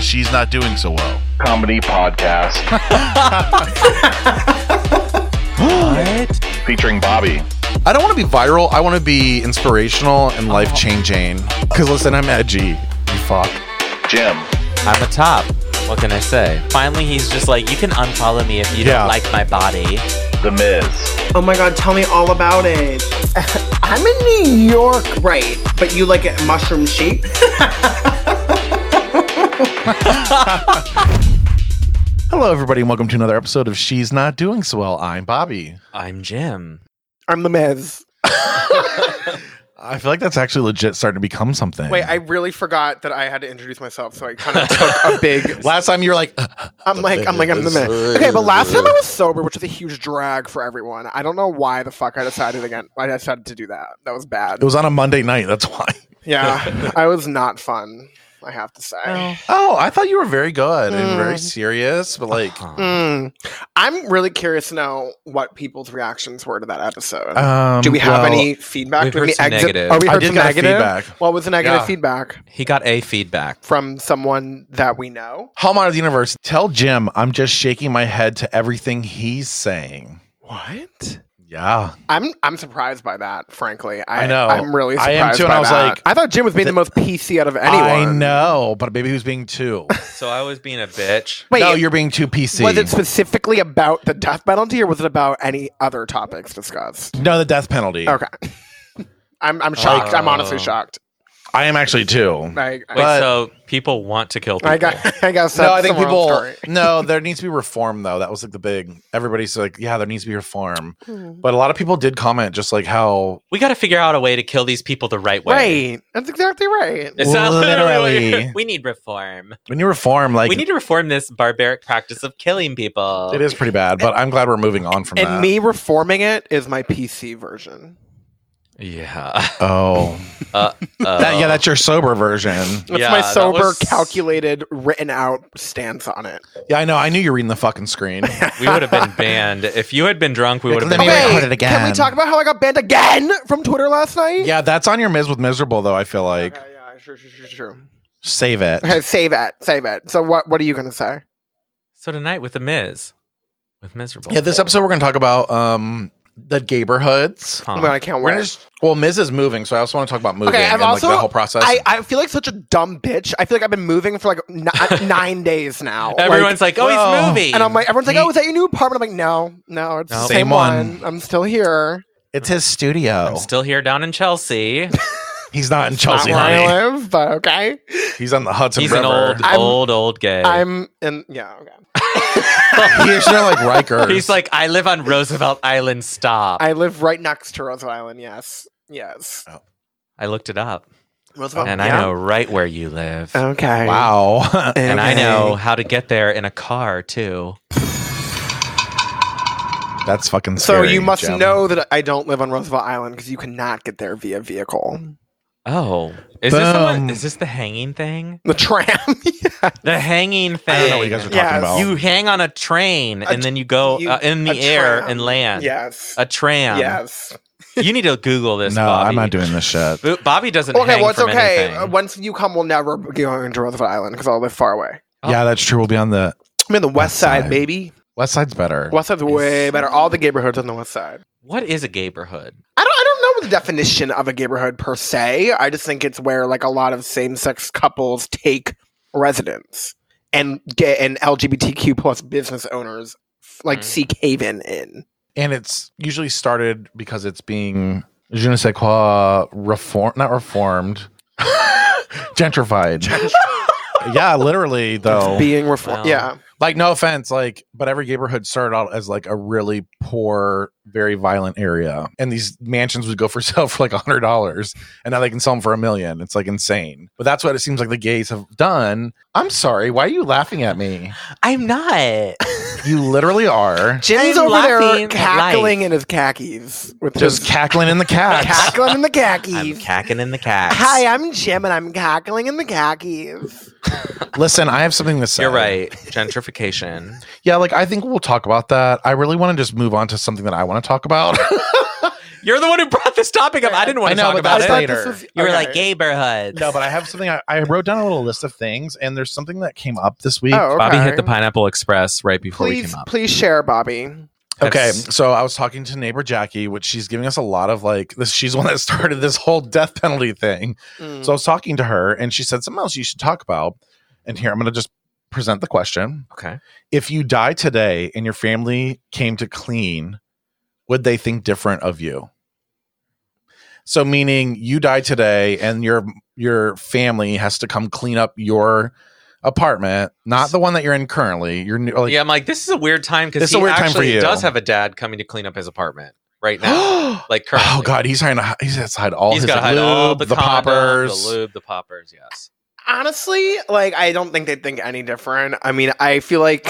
she's not doing so well. comedy podcast What? featuring Bobby. I don't want to be viral. I want to be inspirational and life changing. Uh-huh. Because listen, I'm edgy. You fuck. Jim, I'm a top. What can I say? Finally, he's just like, you can unfollow me if you Yeah. don't like my body. The Miz, Oh my god, tell me all about it. I'm in New York, right? But you like it mushroom shape? Hello, everybody, and welcome to another episode of She's Not Doing So Well. I'm Bobby. I'm Jim. I'm the Miz. I feel like that's actually legit starting to become something. Wait, I really forgot that I had to introduce myself, so I kind of took a big. Last time you were like, I'm like, I'm like, I'm the man. Okay, but last time I was sober, which was a huge drag for everyone. I don't know why the fuck I decided again. I decided to do that. That was bad. it was on a Monday night. That's why. Yeah, I was not fun. I have to say. Oh, I thought you were very good and Mm. very serious, but like, Mm. I'm really curious to know what people's reactions were to that episode. um, do we have well, any feedback? we've Do heard we some negative. Oh, we I heard did some get negative. feedback. What was the negative Yeah. feedback He got a feedback. from someone that we know? Hallmark of the Universe, tell Jim I'm just shaking my head to everything he's saying. What? Yeah. I'm I'm surprised by that, frankly. I, I know. I'm really I surprised. am too, and by I was that. like- I thought Jim was being the, most PC out of anyone. I know, but maybe he was being too. So I was being a bitch. Wait, no, you're being too PC. was it specifically about the death penalty, or was it about any other topics discussed? no, the death penalty. Okay. I'm I'm shocked. I'm honestly Oh. shocked. I am actually too. I, I, Wait, But- so people want to kill people. I got. I guess. That's no, I think the moral people. Story. no, there needs to be reform though. That was like the big. Everybody's like, yeah, there needs to be reform. But a lot of people did comment just like how we got to figure out a way to kill these people the right way. Right. That's exactly right. It's not Literally. literally. We need reform. when you reform, like we need to reform this barbaric practice of killing people. it is pretty bad. But I'm glad we're moving on from and that. me reforming it is my PC version. Yeah. oh, Uh, that, yeah, that's your sober version. That's Yeah, my that sober, was- calculated, written out stance on it. Yeah, I know. I knew you were reading the fucking screen. we would have been banned if you had been drunk. We would have Let been. me banned. record it again. Can we talk about how I got banned again from Twitter last night? yeah, that's on your Miz with miserable though. I feel like Okay, yeah, sure, sure, sure, sure. save it. Okay, save it, save it. So what? What are you gonna say? So tonight with the Miz, with miserable. Yeah, this episode we're gonna talk about um the neighborhoods. Huh. Oh my God, I can't We're wait. just well, Miz is moving, so I also want to talk about moving Okay, I've and also- like the whole process. I, I feel like such a dumb bitch. I feel like I've been moving for like n- nine days now. Like, Everyone's like, oh, well, he's moving. and I'm like, everyone's like, He- oh, is that your new apartment? I'm like, no, no, it's No. the same, Same one. one. I'm still here. it's his studio. I'm still here down in Chelsea. He's not in Chelsea, Not honey. where I live, but okay. He's on the Hudson he's an River. old, I'm- old, old gay. I'm in. Yeah, okay. He's not like Riker. he's like, I live on Roosevelt Island. Stop. I, I live right next to Roosevelt Island. Yes, yes. looked it up, Roosevelt. and I Oh, yeah? Oh, know right where you live, Okay. wow. and I know how to get there in a car too. That's fucking So scary. you must Jim. know that I don't live on Roosevelt Island because you cannot get there via vehicle. Oh, is this the Boom. one? Is this the hanging thing? The tram. yeah. The hanging thing. I don't know what you guys are talking Yes. about. You hang on a train and then you go you- uh, in the a air tram. and land. Yes. A tram. Yes. You need to Google this. no, Bobby. I'm not doing this shit. Bo- Bobby doesn't. Okay, hang well, it's from okay. anything. Uh, Once you come, we'll never be going to Roosevelt Island because I'll live far away. Oh. Yeah, that's true. We'll be on the I'm in the west, West side, side. baby. West Side's better. West side's way better. All the neighborhoods on the west side. What is a gayborhood? I don't, I don't know the definition of a neighborhood per se. I just think it's where like a lot of same sex couples take residence and get and LGBTQ plus business owners f- like Mm. seek haven in. and it's usually started because it's being je ne sais quoi reform not reformed gentrified yeah literally though Being reformed. Well. yeah. like no offense like but every neighborhood started out as like a really poor very violent area and these mansions would go for sale for like a hundred dollars and now they can sell them for a million it's like insane but that's what it seems like the gays have done i'm sorry why are you laughing at me I'm not. you literally are Jim's I'm over laughing there at cackling life. in his khakis with just his cackling in the cats cackling in the I'm khakis. cacking in the cat. Hi, I'm Jim, and I'm cackling in the khakis. listen i have something to say You're right. Gentrification. Yeah, like I think we'll talk about that. I really want to just move on to something that I want to talk about. You're the one who brought this topic up. I didn't want I to know, talk but about that's it. not- You were like gayborhood. No, but I have something. I, I wrote down a little list of things, and there's something that came up this week. Oh, okay. Bobby hit the Pineapple Express right before we Please, came up. please share, Bobby. Okay, That's- so I was talking to neighbor Jackie, which she's giving us a lot of like. This, she's the one that started this whole death penalty thing. Mm. So I was talking to her, and she said something else you should talk about. And here I'm going to just present the question: Okay. If you die today and your family came to clean, would they think different of you? So, meaning you die today, and your your family has to come clean up your apartment, not the one that you're in currently. Your new, like, yeah, I'm like, this is a weird time because This is he a weird time for actually you. does have a dad coming to clean up his apartment right now. like currently. Oh God, he's trying to he's inside all He's his got to lube, hide all the, the condom, poppers. the lube, the poppers. Yes. Honestly, like I don't think they'd think any different. I mean, I feel like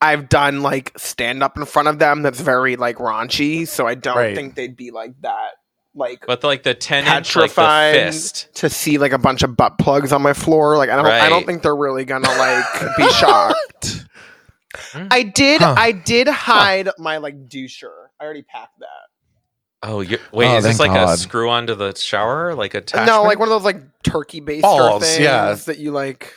I've done like stand up in front of them that's very like raunchy, so I don't Right. think they'd be like that. Like But like the ten inch, like the Petrified. fist. to see like a bunch of butt plugs on my floor, like I don't, I Right. don't think they're really gonna like be shocked. Hmm. I did, Huh. I did hide my like doucher. I already packed that. Oh, you wait, Oh, is this thank like a God. screw onto the shower, like attachment? No, like one of those like turkey baster Balls, things yeah. that you like.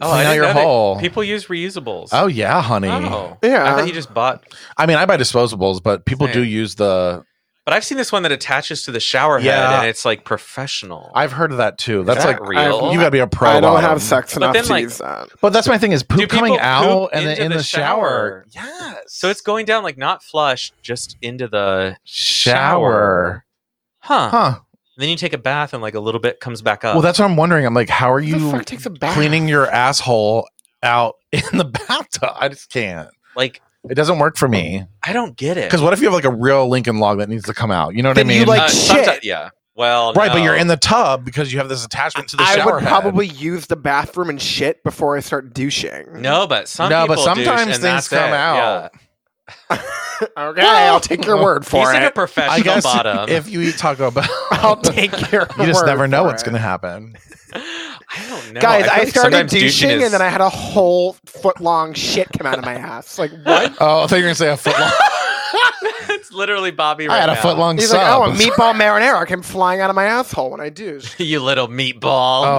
oh, I now didn't you're know that- whole. People use reusables. Oh yeah, honey. Oh. I Yeah. thought you just bought. I mean, I buy disposables, but people do Same. use the. But I've seen this one that attaches to the shower head, Yeah. and it's like professional. I've heard of that too. That's that like real? You gotta be a pro. I don't about have them. sex But enough then, to like- use that. But that's my thing is Do poop people coming poop out and then into in the the, shower. shower? Yes. so it's going down like not flush, just into the shower. Huh. Huh. Then you take a bath, and like a little bit comes back up. Well, that's what I'm wondering. I'm like, how are Who the you fuck takes a bath? cleaning your asshole out in the bathtub? I just can't. like It doesn't work for me. I don't get it. Because what if you have like a real Lincoln log that needs to come out? You know what Then I you, mean? like, Uh, shit. someti- Yeah. Well, right, but no. you're in the tub because you have this attachment to the I shower would head. probably use the bathroom and shit before I start douching. No, but some No, but people douche, sometimes and things that's come it. out. Yeah. okay, I'll take your word He's for like a it. I professional guess bottom. if you eat Taco Bell, I'll take your. you just word never know for what's it. going to happen. I don't know, Guys, feel I, like started sometimes douching douchiness- and then I had a whole foot long shit come out of my ass. Like what? Oh, I thought you were going to say a foot long. it's literally Bobby. Right I had a now. foot long He's sub. like, oh, a meatball marinara came flying out of my asshole when I douche. you little meatball.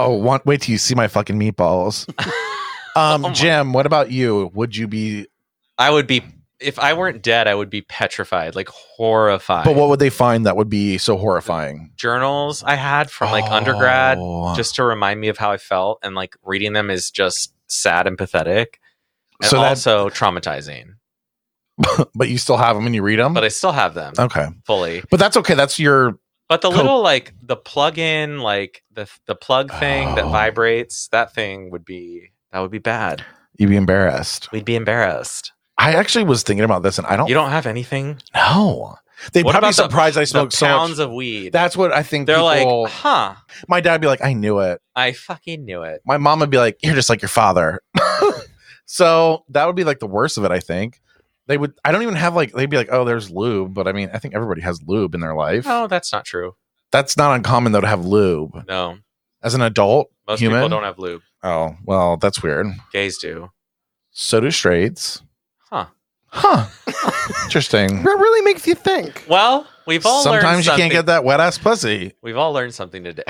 Oh, want- wait till you see my fucking meatballs. Um, Oh my- Jim, what about you? Would you be? I would be if I weren't dead. I would be petrified, like horrified. But what would they find that would be so horrifying? journals I had from like Oh. undergrad just to remind me of how I felt, and like reading them is just sad and pathetic, and So that- also traumatizing. but you still have them and you read them. But I still have them okay, fully. but that's okay. That's your But the Um, Cool. little like the plug-in, like the the plug thing that Oh. vibrates, that thing would be that would be bad. you'd be embarrassed. We'd be embarrassed. I actually was thinking about this, and I don't, You don't have anything. know. They What probably about the- surprised I The smoked so much. pounds of weed. that's what I think. They're people, like, huh? my dad would be like, I knew it. I fucking knew it. My mom would be like, You're just like your father. so that would be like the worst of it, I think. They would I don't even have like they'd be like, Oh, there's lube, but I mean I think everybody has lube in their life. No, Oh, that's not true. That's not uncommon though to have lube. No, As an adult most human. people don't have lube. oh, well, that's weird. Gays do. So do straights. Huh. Huh. Interesting. That really makes you think. Well, we've all learned Sometimes you something. can't get that wet ass pussy. We've all learned something today.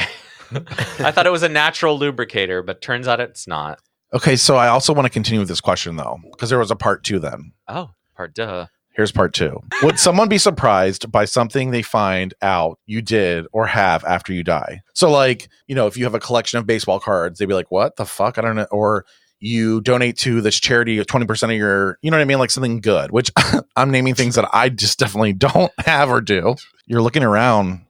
I thought it was a natural lubricator, but turns out it's not. Okay, so I also want to continue with this question though, because there was a part two then. Oh, part duh. Here's part two. Would someone be surprised by something they find out you did or have after you die? So, like, you know, if you have a collection of baseball cards, they'd be like, what the fuck? I don't know. Or you donate to this charity 20% of your, you know what I mean? Like something good, which I'm naming things that I just definitely don't have or do. You're looking around.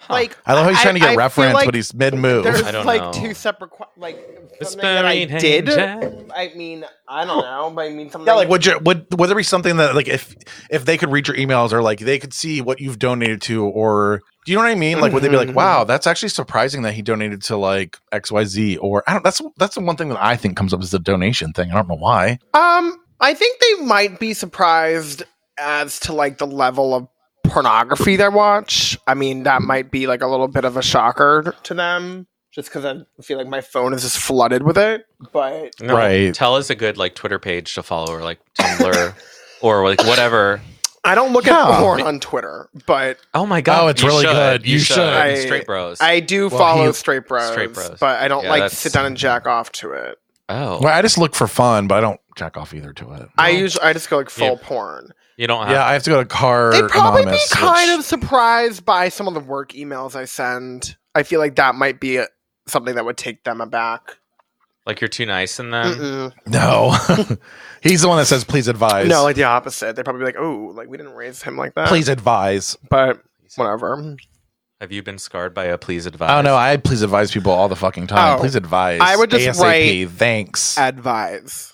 Huh. Like I love how he's I- trying to I get feel reference, like but he's mid move. There's I don't like know. two separate qu- like something that I Whispering did. angel. I mean, I don't know, but I mean something. Yeah, like would you would would there be something that like if if they could read your emails or like they could see what you've donated to or do you know what I mean? Like would they be like, Mhm. wow, that's actually surprising that he donated to like X Y Z or I don't. That's that's the one thing that I think comes up is the donation thing. I don't know why. Um, I think they might be surprised as to like the level of pornography they watch. I mean, that might be like a little bit of a shocker to them, just because I feel like my phone is just flooded with it. But No, Right. Tell us a good like Twitter page to follow or like Tumblr or like whatever. I don't look at Yeah. porn on Twitter, but Oh my god! Oh, it's you really should, good. You should. I- Straight bros. I do Well, follow he- straight, bros, Straight Bros. But I don't Yeah, like that's- sit down and jack off to it. oh, Well, I just look for fun, but I don't jack off either to it. I Well, usually I just go like full yeah. porn. you don't have. yeah, I have to go to car. They'd probably Anonymous, be kind which- of surprised by some of the work emails I send. I feel like that might be a, something that would take them aback. Like you're too nice in them. Mm-mm. No, he's the one that says, "Please advise." No, like the opposite. They'd probably be like, "Oh, like we didn't raise him like that." please advise. but whatever. Have you been scarred by a please advise? Oh no, I please advise people all the fucking time. Oh. please advise. I would just ASAP, Thanks. Advise.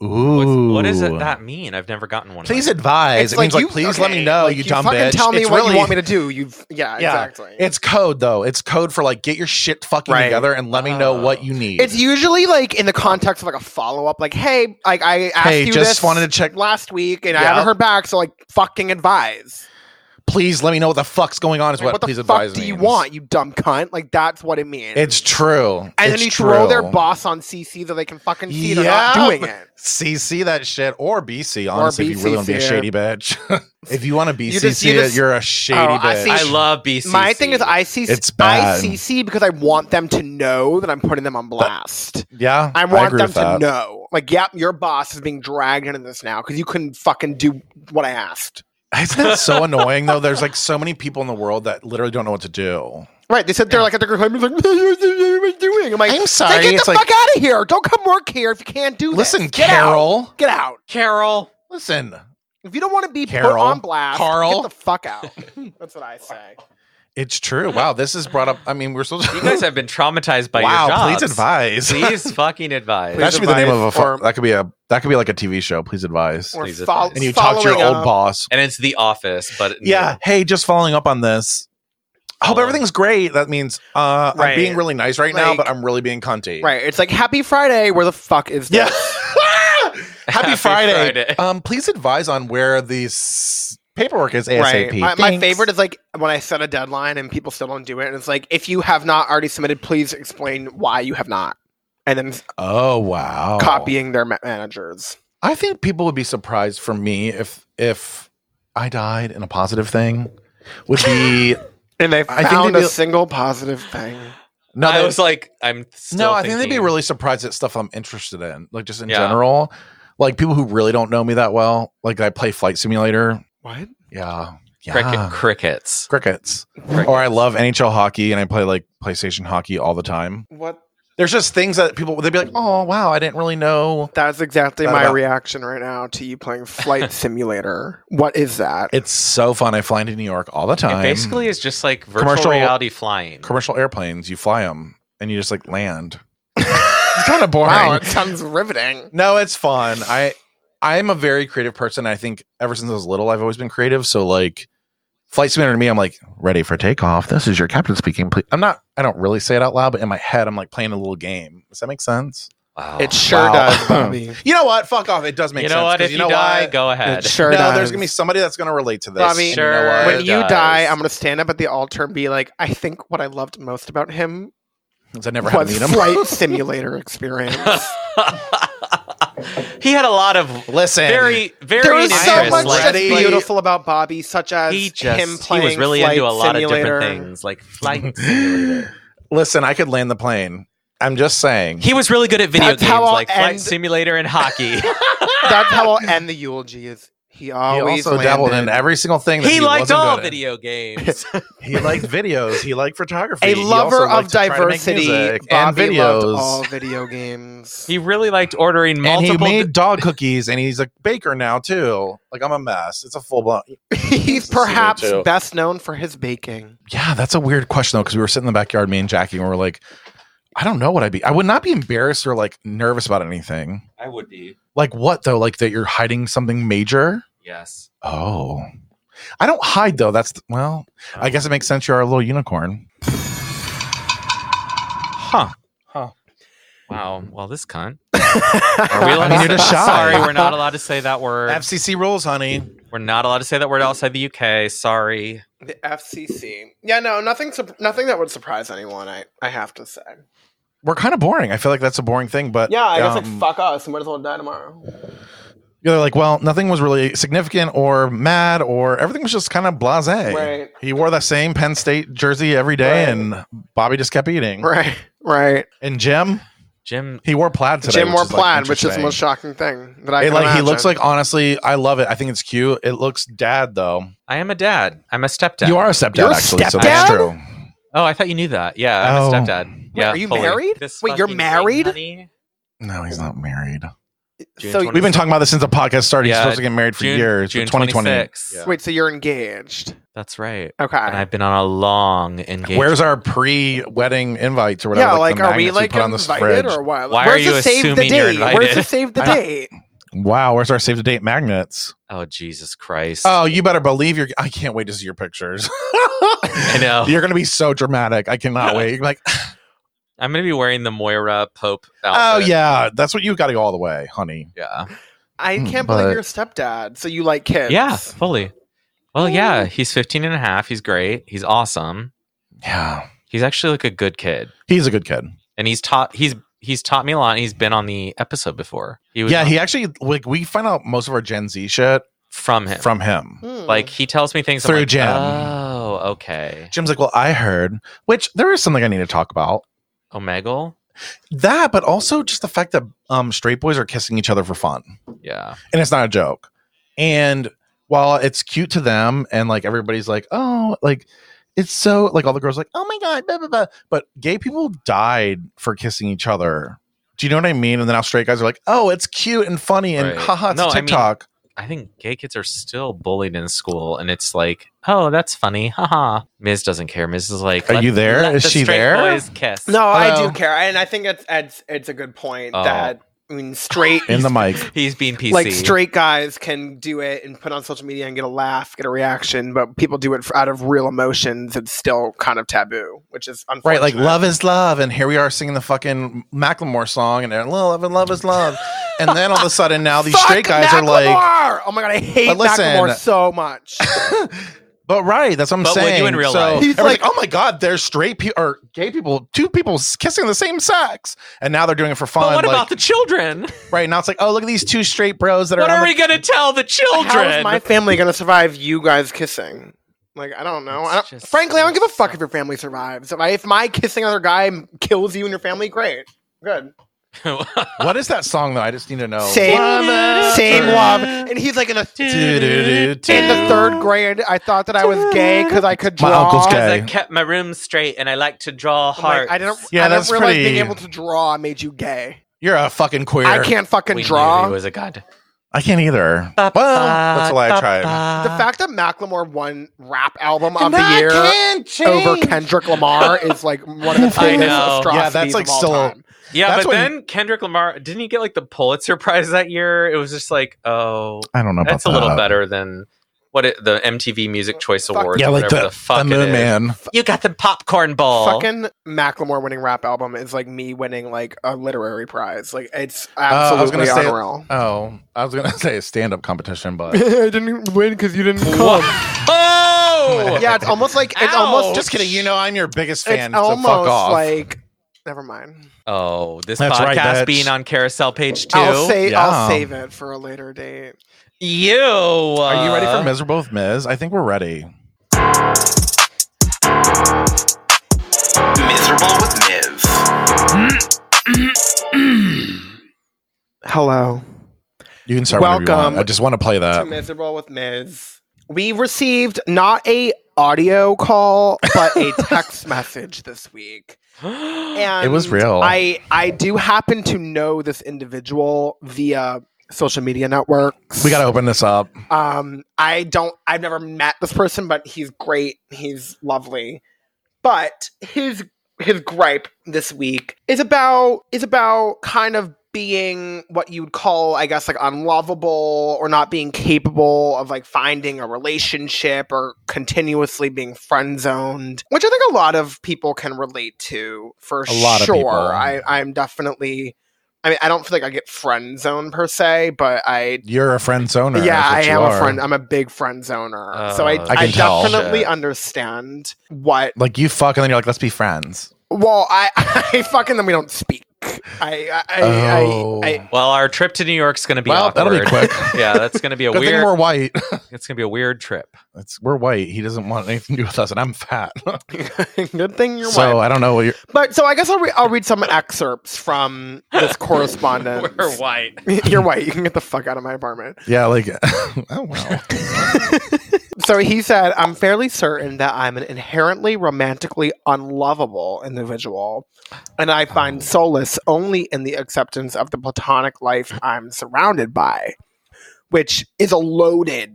What's, Ooh. what does it, that mean? I've never gotten one. of Please those. advise. It's it like means like you- please let okay, me know. like, you dumb fucking bitch. Tell me It's what really- you want me to do. You've yeah, Yeah. exactly. It's code though. It's code for like get your shit fucking Right. Uh, together and let me know what you need. It's usually like in the context of like a follow up, like, hey, like I asked Hey, you just this wanted to check- last week and I Yeah. haven't heard back, so like fucking advise. please let me know what the fuck's going on. Is Like, what, what the please fuck advise do you means. want, you dumb cunt? Like that's what it means. It's true. And and then you throw their boss on CC that they can fucking see they're not Yeah. doing it. CC that shit or BC. Honestly, if you really want to be a BCC. shady bitch, if you want to BCC, You just- you it, just- you're a shady Oh, I bitch. see. I love BC. My thing is I CC, It's bad. I CC because I want them to know that I'm putting them on blast. yeah, I want agree them with to that. know. Like, yep, your boss is being dragged into this now because you couldn't fucking do what I asked. Isn't that so annoying though? There's like so many people in the world that literally don't know what to do. Right. They sit there like at the group home, like, what are you doing? I'm like, I'm "Then sorry, Get the it's fuck like- out of here. Don't come work here if you can't do this. Listen, Get Out. Carol. Get out. Carol. Listen, If you don't want to be put Carol. on blast, Carl. get the fuck out. That's what I say. it's true. Wow, this is brought up. I mean, we're still. You guys have been traumatized by your wow, jobs. please advise. Please fucking advise. that should be the advise name of a. fu- or- that could be a. That could be like a TV show. Please advise. Or Please fol- advise. and you talk to your following old up- boss. and it's The Office, but Yeah, hey, just following up on this. I hope Oh. everything's great. That means uh, I'm Right. being really nice right now, Like- but I'm really being cunty. Right. It's like, happy Friday. Where the fuck is Yeah. this? Happy, Happy Friday. Friday. Um, please advise on where the s- paperwork is Right. ASAP. My, my Thanks. favorite is like when I set a deadline and people still don't do it. And it's like, if you have not already submitted, please explain why you have not. And then Oh wow. copying their ma- managers. I think people would be surprised for me if if I died in a positive thing would be And they I found think a they'd be- single positive thing. no. I they- was like, I'm still no, I think they'd be thinking- really surprised at stuff I'm interested in, like just in Yeah. general. Like people who really don't know me that well. Like I play Flight Simulator. What? Yeah. Yeah. cricket crickets. Crickets. Crickets. Or I love NHL hockey and I play like PlayStation hockey all the time. What? There's just things that people they'd be like, "Oh, wow, I didn't really know." That's exactly That my about- reaction right now to you playing Flight Simulator. What is that? It's so fun. I fly into New York all the time. It basically is just like virtual Commercial- reality flying. commercial airplanes, you fly them and you just like land. it's kind of boring. wow, it sounds riveting. No, it's fun. I I am a very creative person. I think ever since I was little, I've always been creative. So like flight simulator to me, I'm like ready for takeoff. This is your captain speaking. Please. I'm not. I don't really say it out loud, but in my head, I'm like playing a little game. Does that make sense? wow. It sure Wow. does, Bobby. You know what? Fuck off. It does make you know sense. what? 'cause If you, die, what? go ahead. It sure no, does. there's gonna be somebody that's gonna relate to this. Bobby, And Sure. when you does. die, I'm gonna stand up at the altar and be like, "I think what I loved most about him what? I never had to was meet him. Flight Simulator experience." he had a lot of Listen, very, very there was interesting. so interest, much like, that's Ready? beautiful about Bobby, such as he just him he playing was really Flight into a lot Simulator. of different things, like flight simulator. Listen, I could land the plane. I'm just saying. He was really good at video That's games, how I'll like flight end- simulator and hockey. That's how I'll end the eulogy. Is he He always also dabbled in landed. every single thing. That he, he, liked wasn't all good at. video games. He liked videos. He liked photography. a He also lover liked of to try to make diversity? music Bobby and loved videos. all video games. he really liked ordering and multiple. he made dog cookies, and he's a baker now too. Like I'm a mess. It's a full blown. He's Simulator perhaps too. best known for his baking. Yeah, that's a weird question though, because we were sitting in the backyard, me and Jackie, and we were like, I don't know what I'd be. I would not be embarrassed or like nervous about anything. I would be Like what though? Like that you're hiding something major. yes. Oh, I don't hide though. That's well. I guess it makes sense. You're our little unicorn. Huh. Wow. Well, this cunt. Are We I mean, you're just shy. Sorry, we're not allowed to say that word. FCC rules, honey. We're not allowed to say that word outside the UK. Sorry. The FCC. Yeah, no, nothing. sur- nothing that would surprise anyone. I, I have to say. We're kind of boring. I feel like that's a boring thing, but Yeah, I guess like um, fuck us. We might as well die tomorrow. Yeah, they're like, well, nothing was really significant or mad, or everything was just kind of blase. Right. He wore that same Penn State jersey every day, Right. and Bobby just kept eating. Right, right. And Jim, Jim, he wore plaid today. Jim which wore is, like, plaid, which is the interesting. most shocking thing that I It, can like he imagine. looks like honestly, I love it. I think it's cute. It looks dad though. I am a dad. I'm a stepdad. You are a stepdad, You're a actually. So stepdad? that's true. Oh, I thought you knew that. Yeah, I'm Oh. a stepdad. Yeah, are you married? This Wait, you're fucking thing, married? honey. No, he's not married. June so 20 We've been talking about this since the podcast started. he's Yeah, supposed to get married for June, years. June Twenty twenty. 26. Yeah. wait, so you're engaged? That's right. Okay. And I've been on a long engagement. Where's our pre-wedding invite or whatever? yeah, like, the are we magnets like put on this invited fridge? or what? Why are Where's you the save the assuming you're date? Where's the invited? save the I- date? Wow, where's our save the date magnets? Oh Jesus Christ! Oh, you better believe you're. I can't wait to see your pictures. I Oh. know. You're going to be so dramatic. I cannot wait. You're like, I'm gonna be wearing the Moira Pope. oh Outfit. yeah, that's what you got to go all the way, honey. yeah, I Hmm, can't but- believe you're a stepdad. So you like kids? yeah, fully. Well, yeah, he's 15 and a half. He's great. He's awesome. Yeah, He's actually like a good kid, he's a good kid. and he's taught he's he's taught me a lot. and He's been on the episode before. He was Yeah, on- he actually like we find out most of our Gen Z shit from him. from him. Hmm. like he tells me things I'm Through like, Jim. Oh, okay. Jim's like, well, I heard, which there is something I need to talk about Omegle. that, but also just the fact that um, straight boys are kissing each other for fun. Yeah. and it's not a joke. And while it's cute to them, and like everybody's like, oh, like it's so like all the girls are like, oh my god, blah, blah, blah. but gay people died for kissing each other. Do you know what I mean? And then now straight guys are like, oh, it's cute and funny and Right. haha, it's No, I mean- TikTok. I think gay kids are still bullied in school, and it's like, oh, that's funny, haha. Miz doesn't care. Miz is like, Are let- you there? let Is the she straight there? Boys kiss. no, I Hello. do care, and I think it's it's, it's a good point Oh. that I mean straight in the mic. he's being PC. like straight guys can do it and put on social media and get a laugh, get a reaction, but people do it for, out of real emotions. It's still kind of taboo, which is Right, unfortunate. like love is love, and here we are singing the fucking Macklemore song, and they're, love and love is love, and then all of a sudden now these Fuck straight guys are like, Macklemore! "Oh my god, I hate But listen- Macklemore so much." but right, that's what I'm But would you saying. in real life? He's He's like, like- oh my god, there's straight people or gay people, two people s- kissing the same sex, and now they're doing it for fun. But what like, about the children? right now? It's like, oh look at these two straight bros that are. What on are the- we gonna tell the How is children? my family going to survive you guys kissing? Like I don't know. I It's don't, just frankly, I don't give a fuck so- if your family survives. If, I, if my kissing other guy kills you and your family, great, good. what is that song though? I just need to know. Same, Woman. same love. And he's like in a in the third grade. I thought that I was gay because I could My draw. uncle's gay. Because I kept my room straight, and I like to draw I'm like, hearts. Oh I didn't. Yeah, I didn't that's realize pretty- being able to draw made you gay. You're a fucking queer. I can't fucking We knew draw. he The was a god. I can't either. Well, that's why I tried. fact that Macklemore won rap album of And the I year can't change. over Kendrick Lamar is like one of the I biggest know. atrocities Yeah, that's, like, of all still- time. Yeah, That's but when- then Kendrick Lamar didn't he get like the Pulitzer Prize that year? It was just like, oh, I don't know about that's a that. little better than what it, the MTV Music Choice Fuck. Awards. Yeah, or like whatever the, the fuck the it Moon is. Man. You got the popcorn ball. Fucking Macklemore winning rap album is like me winning like a literary prize. Like it's Uh, I was absolutely gonna say- unreal. Oh, I was gonna say a stand-up competition, but I didn't win because you didn't Wha- oh, Yeah, it's almost like it's Ow. almost just kidding. You know, I'm your biggest It's fan. so almost fuck off. like never mind. oh, this That's right, podcast bitch. being on carousel page 2 I'll save Yeah. I'll save it for a later date. you. Are you ready for uh, Miserable with Miz? I think we're ready. Miserable with Miz. Hello. You can start whenever you Welcome want. I just want to play Too that. miserable with Miz. We received not a audio call, but a text message this week. And It was real. I I do happen to know this individual via social media networks. We got to open this up. Um, I don't. I've never met this person, but he's great. He's lovely. But his his gripe this week is about is about kind of being what you would call, I guess, like unlovable or not being capable of like finding a relationship or continuously being friend zoned, which I think a lot of people can relate to for A lot of sure. people. I I'm definitely. I mean, I don't feel like I get friend zoned per se, but I You're a friend zoner. yeah, I That's what am you are. a Uh, friend. I'm a big friend zoner. so I, Oh, I I, can tell. definitely Shit. understand what. Like you fuck, and then you're like, let's be friends. Well, I, I fucking then we don't speak. I I, Oh. I, I Well, our trip to New York's going to be Well, awkward. that'll be quick. yeah, that's going to be a Good thing weird. we're white. it's going to be a weird trip. It's, we're white. He doesn't want anything to do with us, and I'm fat. good thing you're so uh, white. I don't know what you're. But so I guess I'll, re- I'll read some excerpts from this correspondence. We're white. You're white. You can get the fuck out of my apartment. Yeah, like oh wow. So he said, I'm fairly certain that I'm an inherently romantically unlovable individual, and I Oh. find solace only in the acceptance of the platonic life I'm surrounded by, which is a loaded,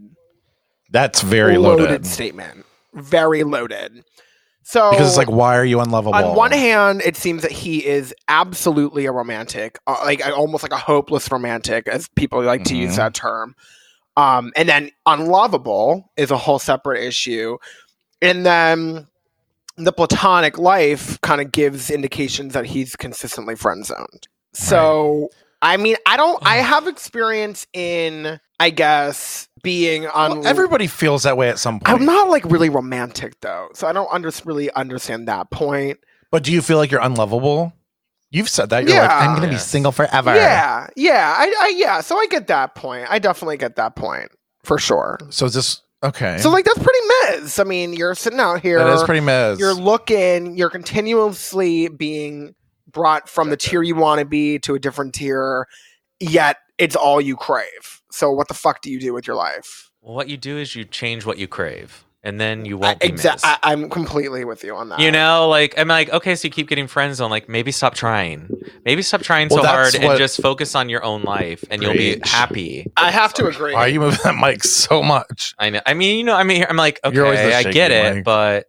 That's very loaded. statement. Very loaded. So, Because it's like, why are you unlovable? on one hand, it seems that he is absolutely a romantic, uh, like uh, almost like a hopeless romantic, as people like to use Mhm. that term. Um, and then unlovable is a whole separate issue. And then the platonic life kind of gives indications that he's consistently friend zoned. So, I mean, I don't, I have experience in, I guess, being Well, on. everybody feels that way at some point. I'm not like really romantic though, so I don't under- really understand that point. but do you feel like you're unlovable? You've said that. You're like, Yeah. I'm gonna be Yes. single forever. Yeah, yeah, I, I yeah. So I get that point. I definitely get that point for sure. So is this okay? So like that's pretty Miz. I mean, you're sitting out here. that is pretty mess. You're looking. You're continuously being brought from the tier you want to be to a different tier, yet it's all you crave. So what the fuck do you do with your life? What you do is you change what you crave, and then you I, won't be exa- missed. I, I'm completely with you on that. you know, like I'm like, okay, so you keep getting friends on. Like maybe stop trying. Maybe stop trying Well, so that's hard what- and just focus on your own life, and you'll be Preach. happy. I have to agree. why are you moving that mic so much? I know. I mean, you know, I'm here. I'm like, okay, You're always the I shaky get it, mic. but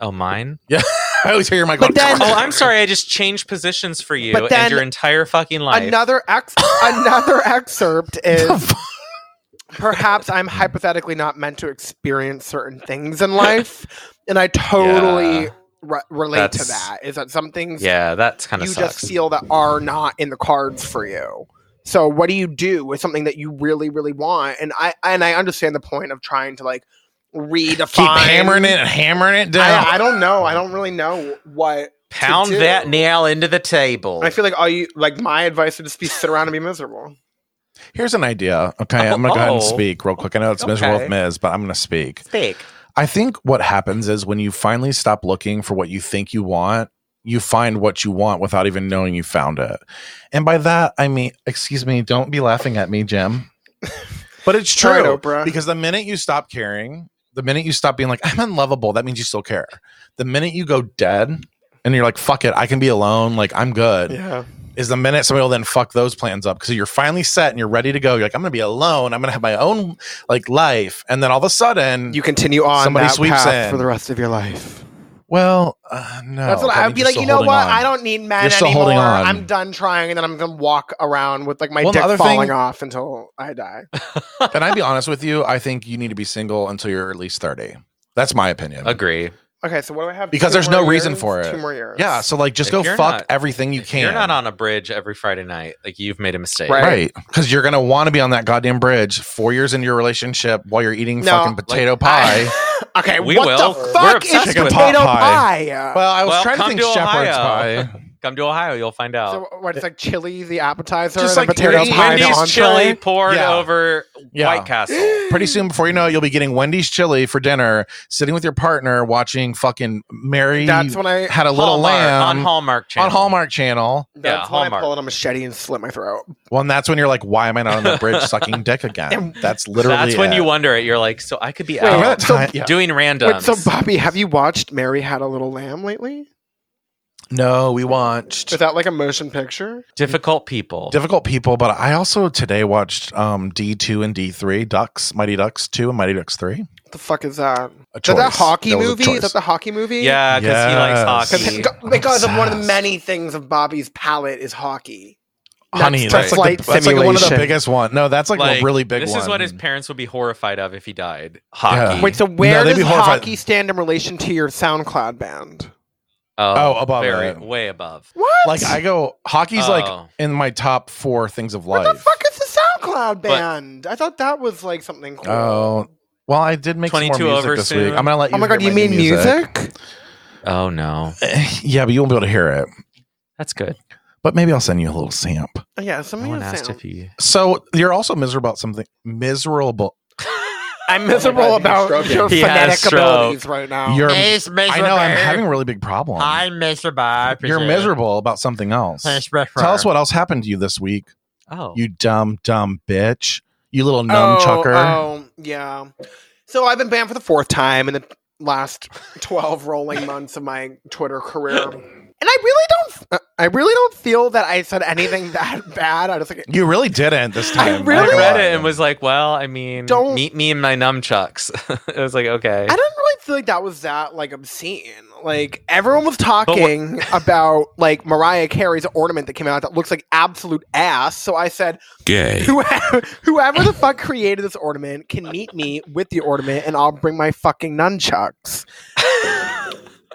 oh, mine. I always hear your mic. But go, then- Oh, I'm sorry. I just changed positions for you But then and your entire fucking life. Another ex- another excerpt is The perhaps I'm hypothetically not meant to experience certain things in life, and I totally Yeah. re- relate to That's- that. Is that some things yeah, that's kind you of just sucks. feel that are not in the cards for you? So what do you do with something that you really, really want? And I and I understand the point of trying to like redefine. keep hammering it and hammering it down. I, I don't know. I don't really know what. Pound do. that nail into the table. I feel like all you like. My advice would just be sit around and be miserable. Here's an idea. Okay, I'm gonna go ahead and Oh. speak real quick. I know it's miserable with Okay. Miz, but I'm gonna speak. Speak. I think what happens is when you finally stop looking for what you think you want, you find what you want without even knowing you found it. And by that, I mean, excuse me, don't be laughing at me, Jim. But it's true All right, Oprah. because the minute you stop caring, the minute you stop being like, I'm unlovable, that means you still care. The minute you go dead and you're like, fuck it, I can be alone, like, I'm good, yeah. is the minute somebody will then fuck those plans up because you're finally set and you're ready to go. You're like, I'm going to be alone. I'm going to have my own like life. And then all of a sudden, You continue on Somebody that sweeps path in. for the rest of your life. Well, uh, no. That's what that means I would be you're like. still You know holding what? on. I don't need men You're still anymore. holding on. I'm done trying, and then I'm gonna walk around with like my Well, the other dick falling thing- off until I die. Can I be honest with you? I think you need to be single until you're at least thirty. That's my opinion. Agree. Okay, so what do I have? Because Two there's more no reason years? for it. Two more years. Yeah. So like, just If go you're fuck not- everything you can. You're not on a bridge every Friday night. Like you've made a mistake. Right. Right, because you're gonna want to be on that goddamn bridge four years into your relationship while you're eating No, fucking potato pie. okay. We what will. the We're fuck obsessed is with it. potato pie? Pie. well, I was Well, trying to come think to shepherd's Ohio. pie. Come to Ohio, you'll find out. So what? It's like chili, the appetizer, Just and like potato Wendy's- pie, the Wendy's entree. Wendy's chili poured Yeah. over Yeah. White Castle. Pretty soon, before you know it, you'll be getting Wendy's chili for dinner, sitting with your partner, watching fucking Mary. That's when I. had a little Hallmark, lamb on Hallmark channel. on Hallmark Channel. That's when I Hallmark. pull out a machete and slit my throat. Well, and that's when you're like, why am I not on the bridge sucking dick again? That's literally That's when it. you wonder it. You're like, so I could be Remember out that time? Yeah. doing randoms. Wait, so Bobby, have you watched Mary Had a Little Lamb lately? No, we watched Is that like a motion picture? Difficult people. difficult people, but I also today watched um, D two and D three Ducks, Mighty Ducks two and Mighty Ducks three. What the fuck is that? A Is that that choice. hockey was a movie? Is choice. that the hockey movie? yeah, because he Yes. likes hockey. Because because of one of the Obsessed. many things of Bobby's palate is hockey. Honey, That's- that's, that's like, flight the, that's like one of the simulation. biggest one. No, that's like, a really big This one. is what his parents would be horrified of if he died. Hockey. Yeah. Wait, so where Mm. they'd does be horrified. hockey stand in relation to your SoundCloud band? Oh, above very, it. way above. What? Like I go, hockey's Oh. like in my top four things of what life. the fuck is the SoundCloud band? I thought that was like something cool. Oh, well, I did make some more 22 music over this soon. week. I'm gonna let you. oh my hear Eh, god, you new mean music? Oh no, yeah, but you won't be able to hear it. that's good. but maybe I'll send you a little samp. Yeah, No something one to asked say. if you. So you're also miserable about something miserable. I'm miserable Oh my God, about he's stroking. your He has phonetic stroke. abilities right now. You're miserable. I know I'm having a really big problem. miserable. you're miserable about something else. Tell us what else happened to you this week, Oh, you dumb dumb bitch. You little numb chucker. Oh, yeah. So I've been banned for the fourth time in the last twelve rolling months of my Twitter career, and I really don't. uh, I really don't feel that I said anything that bad. I just like You really didn't this I time. really- Not I gonna read lie. it and was like, well, I mean, Don't- meet me in my nunchucks. it was like, okay. I don't really feel like that was that like obscene. Like everyone was talking about like Mariah Carey's ornament that came out that looks like absolute ass. So I said, Gay. whoever, whoever the fuck created this ornament can meet me with the ornament, and I'll bring my fucking nunchucks.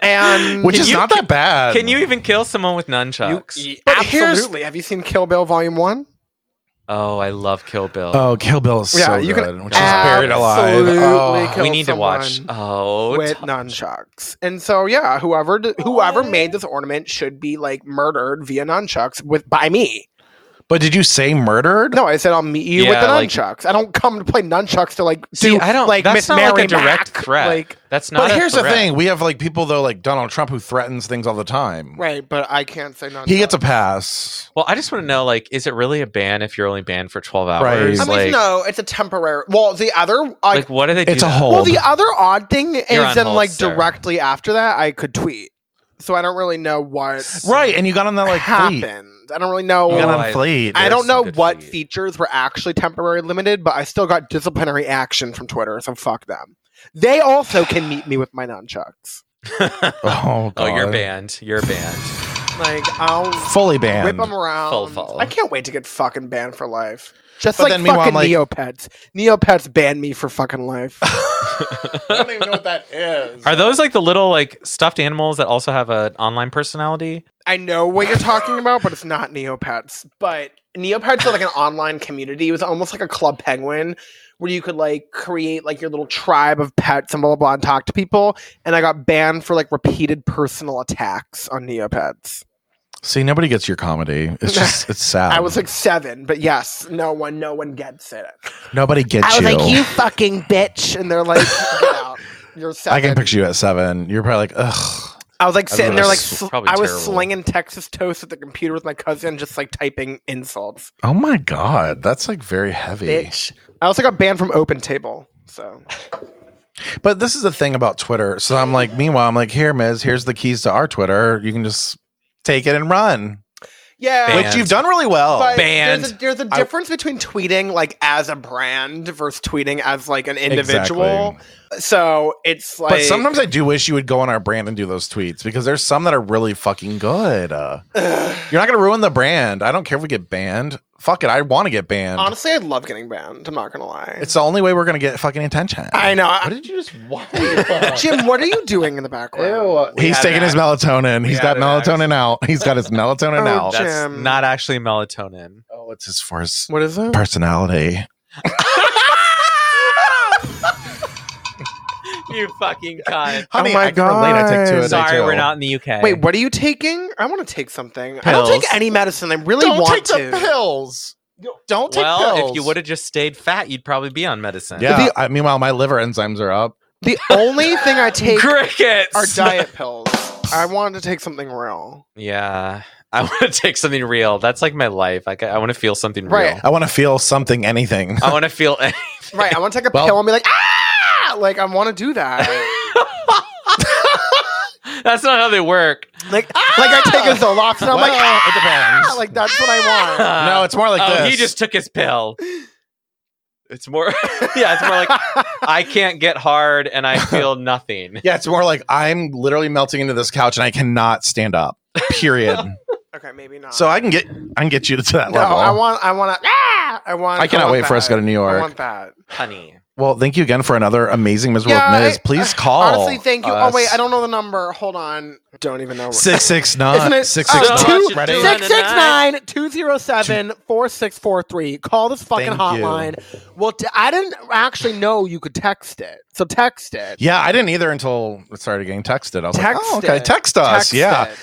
and Which Can is you- not that bad. Can you even kill someone with nunchucks? But Absolutely. Here's, have you seen Kill Bill Volume One? oh, I love Kill Bill. Oh, Kill Bill is Yeah, so you good. can which is buried alive. absolutely Oh. kill we need to watch. someone Oh, with t- nunchucks. And so yeah, whoever d- whoever made this ornament should be like murdered via nunchucks with by me. But did you say murdered? No, I said I'll meet you with Yeah, the like- nunchucks. I don't come to play nunchucks to like See, do I don't- like that's Miss not Mary like a direct Mac. threat. Like that's not. But a here's the threat. thing: we have like people though, like Donald Trump, who threatens things all the time. right, but I can't say nunchucks. He gets a pass. Well, I just want to know, like, is it really a ban if you're only banned for twelve hours? Right. I mean, I like, mean, no, it's a temporary. Well, the other like, like, what do they do? It's a that- hold. well, the other odd thing is You're on then hold, like sir. directly after that, I could tweet. So I don't really know what right, and you got on that like happened. fleet. I don't really You know. got Oh, on I- fleet. I there's don't some know good what tweet. features were actually temporary limited, but I still got disciplinary action from Twitter, so fuck them. They also can meet me with my nunchucks. Oh, Oh, you're God. banned. You're banned. Like I'll Fully whip banned. them around. Full follow. I can't wait to get fucking banned for life. Just But like then meanwhile, fucking like- Neopets. Neopets banned me for fucking life. I don't even know what that is. Are those like the little like stuffed animals that also have an online personality? I know what you're talking about, but it's not Neopets. But Neopets are like an online community. It was almost like a club penguin where you could like create like your little tribe of pets and blah blah blah and talk to people. And I got banned for like repeated personal attacks on Neopets. See, nobody gets your comedy. It's just it's sad. I was like seven, but yes, no one, no one gets it. nobody gets I was you. like, you fucking bitch, and they're like, get out. You're seven. I can picture you at seven. You're probably like, ugh. I was I was like sitting there, gonna like s- sl- probably I was terrible. slinging Texas toast at the computer with my cousin, just like typing insults. Oh my god, that's like very heavy. bitch. I also got banned from Open Table. So But this is the thing about Twitter. So I'm like, meanwhile, I'm like, here, Miz, here's the keys to our Twitter. You can just take it and run, yeah, Banned. which you've done really well. but Banned. There's a, there's a I- difference between tweeting like as a brand versus tweeting as like an individual. Exactly. So it's like But sometimes I do wish you would go on our brand and do those tweets because there's some that are really fucking good. Uh, you're not gonna ruin the brand. I don't care if we get banned. Fuck it, I want to get banned. honestly, I love getting banned. I'm not gonna lie. it's the only way we're gonna get fucking attention. I know. What I- did you just? Jim, what are you doing in the background? He's taking his melatonin. He's got had an melatonin out. He's got his melatonin Oh, out. Jim. That's Jim. not actually melatonin. Oh, it's his force What is it? personality. you fucking cunt. Honey, my I can relate. I take two a God. day, Sorry, too. we're not in the UK. Wait, what are you taking? I want to take something. I don't Pills. take any medicine. I really Don't want take the to. pills. Don't take well, pills. if you would have just stayed fat, you'd probably be on medicine. Yeah. I, meanwhile, my liver enzymes are up. The only thing I take Crickets. are diet pills. I wanted to take something real. yeah. I want to take something real. That's like my life. Like, I, I want to feel something Right. real. I want to feel something, anything. I want to feel. Right. I want to take a Well- pill and be like, ah, like I want to do that. That's not how they work. like, like I take a Zoloft and I'm like, Well, it ah, depends. like that's what I want. no, it's more like oh, this. he just took his pill. It's more. yeah, it's more like I can't get hard and I feel nothing. yeah, it's more like I'm literally melting into this couch and I cannot stand up. Period. Okay, maybe not. so I can get I can get you to that no, level. I want, I want to, ah, I want. I cannot want wait for us to that. go to New I York. want that. Honey. well, thank you again for another amazing miserable Yeah, Miz. I- Please call. Honestly, thank you. Oh wait, I don't know the number. Hold on. Don't even know. Six six Isn't nine it- Uh, six six Oh, nine. two- Ready? six- 669 207 4643. Call this fucking Thank you. hotline. Well, t- I didn't actually know you could text it. So text it. Yeah, I didn't either until it started getting texted. I was Text like, oh, okay, it. text us. Text yeah. it.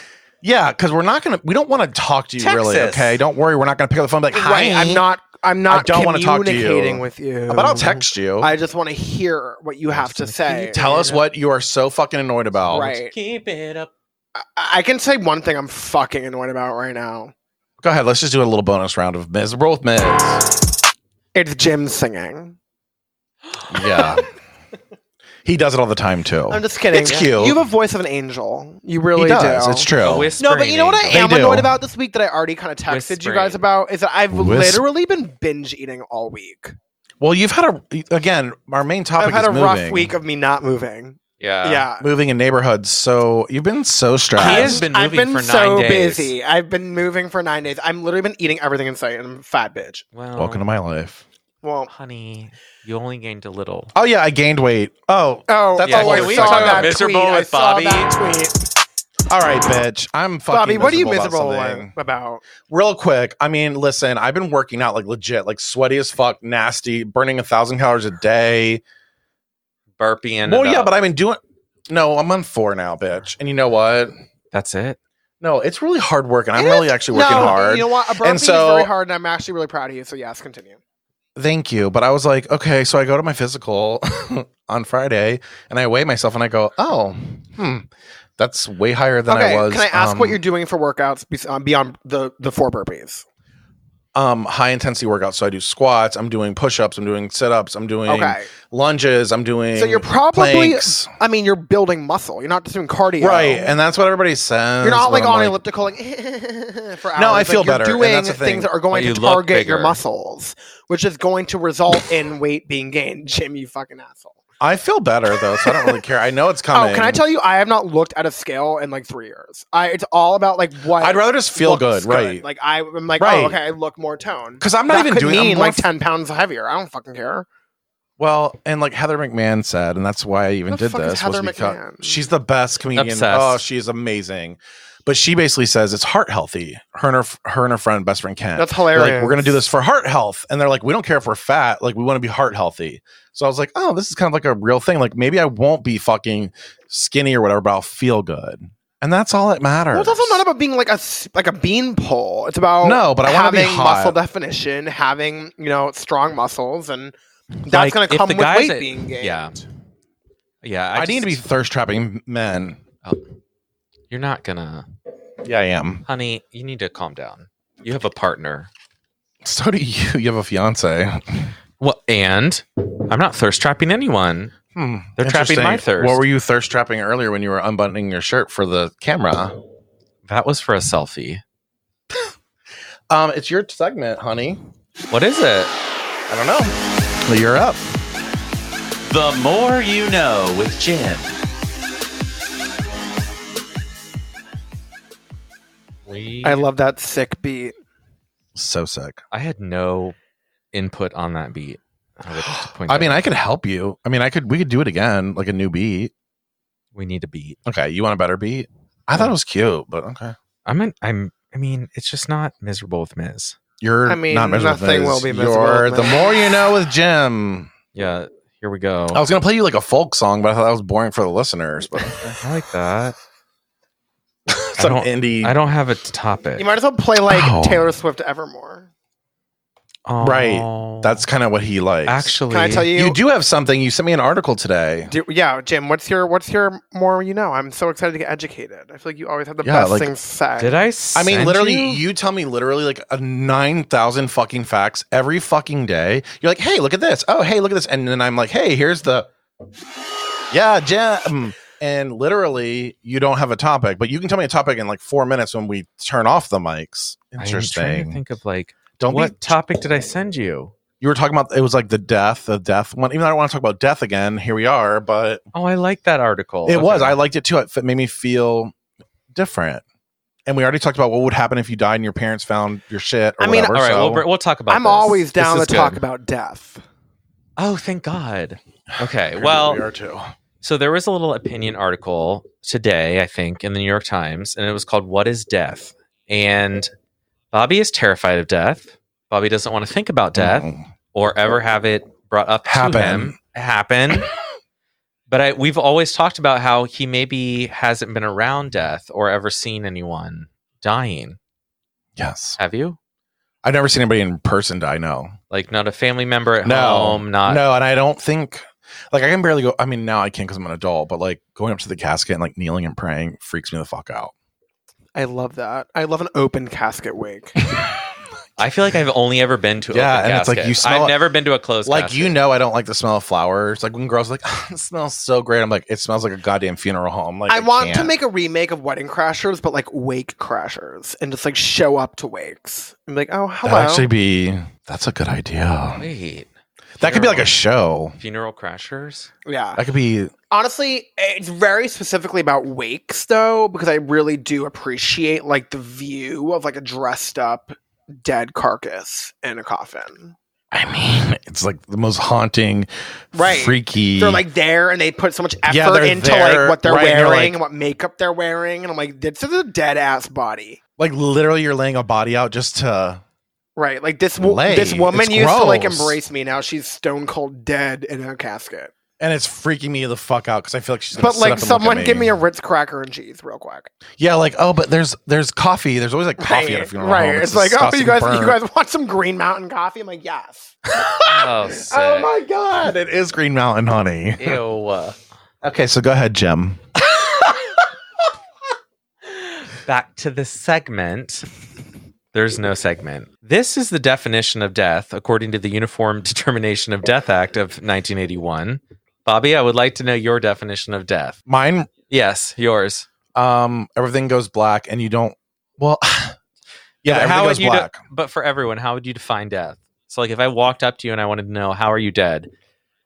Yeah, because we're not gonna. We don't want to talk to you really. Texas. Okay, don't worry. We're not gonna pick up the phone. and be Like, hi, Right, I'm not. I'm not don't wanna talk to you. communicating with you. But I'll text you. I just want to hear what you have to say. Tell us what you are so fucking annoyed about. Right. Keep it up. I, I can say one thing I'm fucking annoyed about right now. Go ahead. Let's just do a little bonus round of Miz. We're both Miz. It's Jim singing. Yeah. he does it all the time too. I'm just kidding. Oh. It's cute. You have a voice of an angel. You he really does. do. It's true. A whispering No, but you know what I angel. am They do. annoyed about this week that I already kind of texted you guys Whispering. about is that I've Whis- literally been binge eating all week. well, you've had a again. Our main topic I've had is a moving. rough week of me not moving. Yeah. yeah. moving in neighborhoods. So you've been so stressed. He has Oh. been I've moving been for nine so days. busy. I've been moving for nine days. I'm literally been eating everything in sight, and I'm a fat bitch. Well, Welcome to my life. Well, honey. You only gained a little. Oh yeah, I gained weight. Oh, oh, That's that's Yeah, all all I I we saw talk about that miserable tweet. with I saw Bobby. that tweet. all right, bitch. I'm fucking. Bobby, what are you miserable miserable about about? something. real quick i mean listen i've been working out like legit like sweaty as fuck nasty burning a thousand calories a day Burpee well yeah but i've been doing no i'm on four now bitch and you know what that's it. no it's really hard work and i'm It really actually working no, hard You know what? A burpee And so- is very hard, and I'm actually really proud of you. So yes, continue. thank you but i was like okay so i go to my physical on friday and i weigh myself and i go oh hmm that's way higher than okay, i was can I ask um, what you're doing for workouts bes- um, beyond the the four burpees? um high intensity workouts so i do squats i'm doing push-ups i'm doing sit-ups i'm doing Okay, lunges i'm doing so you're probably. planks. I mean, you're building muscle. You're not just doing cardio, Right, and that's what everybody says. you're not but like I'm on elliptical like for hours. No, I Like, feel you're better, and Doing that's the thing. things that are going But you to look target your bigger. muscles, which is going to result in weight being gained. Jim, you fucking asshole. I feel better though, so I don't really care. I know it's coming. Oh, can I tell you? I have not looked at a scale in like three years. I it's all about like what. I'd rather just feel looks good, right? Like I, I'm like, Right. oh, okay, I look more toned. Because I'm not That even could doing mean I'm like more- ten pounds heavier. I don't fucking care. well, and like Heather McMahon said, and that's why I even The did fuck is this. Heather was because- McMahon? She's the best comedian. Obsessed. Oh, she's amazing. But she basically says it's heart healthy. Her and her, her and her friend, best friend Kent. That's They're hilarious. like we're gonna do this for heart health, and they're like, we don't care if we're fat. Like we want to be heart healthy. So I was like, oh, this is kind of like a real thing. Like maybe I won't be fucking skinny or whatever, but I'll feel good, and that's all that matters. Well, it's also not about being like a s- like a bean pole. It's about No, but I wanna be having hot. muscle definition, having you know strong muscles, and that's Like, going if to come the with guys weight at- being gained. yeah. Yeah, I, just- oh, need to be thirst trapping men. You're not gonna, Yeah, I am. honey. You need to calm down. You have a partner. So do you. You have a fiance. Well, and I'm not thirst trapping anyone. Hmm. They're trapping Interesting. my thirst. What were you thirst trapping earlier when you were unbuttoning your shirt for the camera? That was for a selfie. Um, it's your segment, honey. What is it? I don't know. Well, you're up. The more you know with Jim. We, I love that sick beat. So sick. I had no input on that beat. I would like to point. I that mean, out. I could help you. I mean, I could. We could do it again, like a new beat. we need a beat. Okay, you want a better beat? I thought it was cute, but okay. I'm. An, I'm. I mean, it's just not miserable with Miz. You're I mean, not miserable nothing with will this. be miserable You're with the this. more you know with Jim. Yeah. Here we go. I was gonna play you like a folk song, but I thought that was boring for the listeners. But I like that. some don't- indie. I don't have a topic. You might as well play like Ow. Taylor Swift Evermore. Oh, Right. That's kind of what he likes. actually. Can I tell you? you do have something. You sent me an article today. do- yeah, Jim. What's your what's your more? You know, I'm so excited to get educated. I feel like you always have the Yeah, best like- things to say. Did I? I mean, send literally, you? you? tell me literally like a nine thousand fucking facts every fucking day. You're like, hey, look at this. Oh, hey, look at this. And then I'm like, hey, here's the. Yeah, Jim. And literally, you don't have a topic, but you can tell me a topic in like four minutes when we turn off the mics. I'm trying to Interesting. think of like Don't what be. topic did I send you? You were talking about it was like the death, the death one. Even though I don't want to talk about death again, here we are. But Oh, I like that article. It was. Okay. I liked it too. It f- made me feel different. And we already talked about what would happen if you died and your parents found your shit. Or I mean, whatever, All right, so- we'll, br- we'll talk about. I'm this. always This down to is good. talk about death. Oh, thank God. Okay. we Well, are too. so there was a little opinion article today, I think, in the New York Times, and it was called "What Is Death?" And Bobby is terrified of death. Bobby doesn't want to think about death. Mm. or ever have it brought up Happen. to him happen. But I, we've always talked about how he maybe hasn't been around death or ever seen anyone dying. Yes. Have you? I've never seen anybody in person die. No. Like not a family member at No. home, not no, and I don't think like I can barely go. I mean, now I can because I'm an adult, but like going up to the casket and like kneeling and praying freaks me the fuck out. I love that. I love an open casket wake. I feel like I've only ever been to Yeah, open and it's like caskets. you smell I've it- never been to a closed like casket. you know, I don't like the smell of flowers. Like when girls are like, "Ah, it smells so great. I'm like, it smells like a goddamn funeral home. Like I want to can't. make a remake of Wedding Crashers, but like Wake Crashers, and just like show up to wakes. I'm like, oh, hello. That'd actually be that's a good idea. Wait, That could be like a Funeral. show. funeral crashers? yeah. That could be Honestly, it's very specifically about wakes though, because I really do appreciate like the view of like a dressed up dead carcass in a coffin. I mean, it's like the most haunting, Right. freaky. They're like there and they put so much effort Yeah, they're into there, like what they're right, and you're like- wearing and what makeup they're wearing. And I'm like, this is a dead ass body. like literally, you're laying a body out just to. Right. Like this wo- Lay. this woman It's used to like gross. embrace me. Now she's stone cold dead in a casket. And it's freaking me the fuck out because I feel like she's. gonna But sit like up and look at someone give me me a Ritz cracker and cheese real quick. Yeah, like oh, but there's there's coffee. There's always like coffee at a funeral right. home. It's, like, oh you disgusting guys you burn. guys want some Green Mountain coffee? I'm like, yes. Ah! oh, sick. Oh my god, it is Green Mountain honey. Ew. Okay, so go ahead, Jim. Back to the segment. There's no segment. This is the definition of death according to the Uniform Determination of Death Act of 1981. Bobby, I would like to know your definition of death. Mine, Yes, yours. um, everything goes black, and you don't. Well, yeah, But everything would goes you de- black. but for everyone, how would you define death? So, like, if I walked up to you and I wanted to know how are you dead,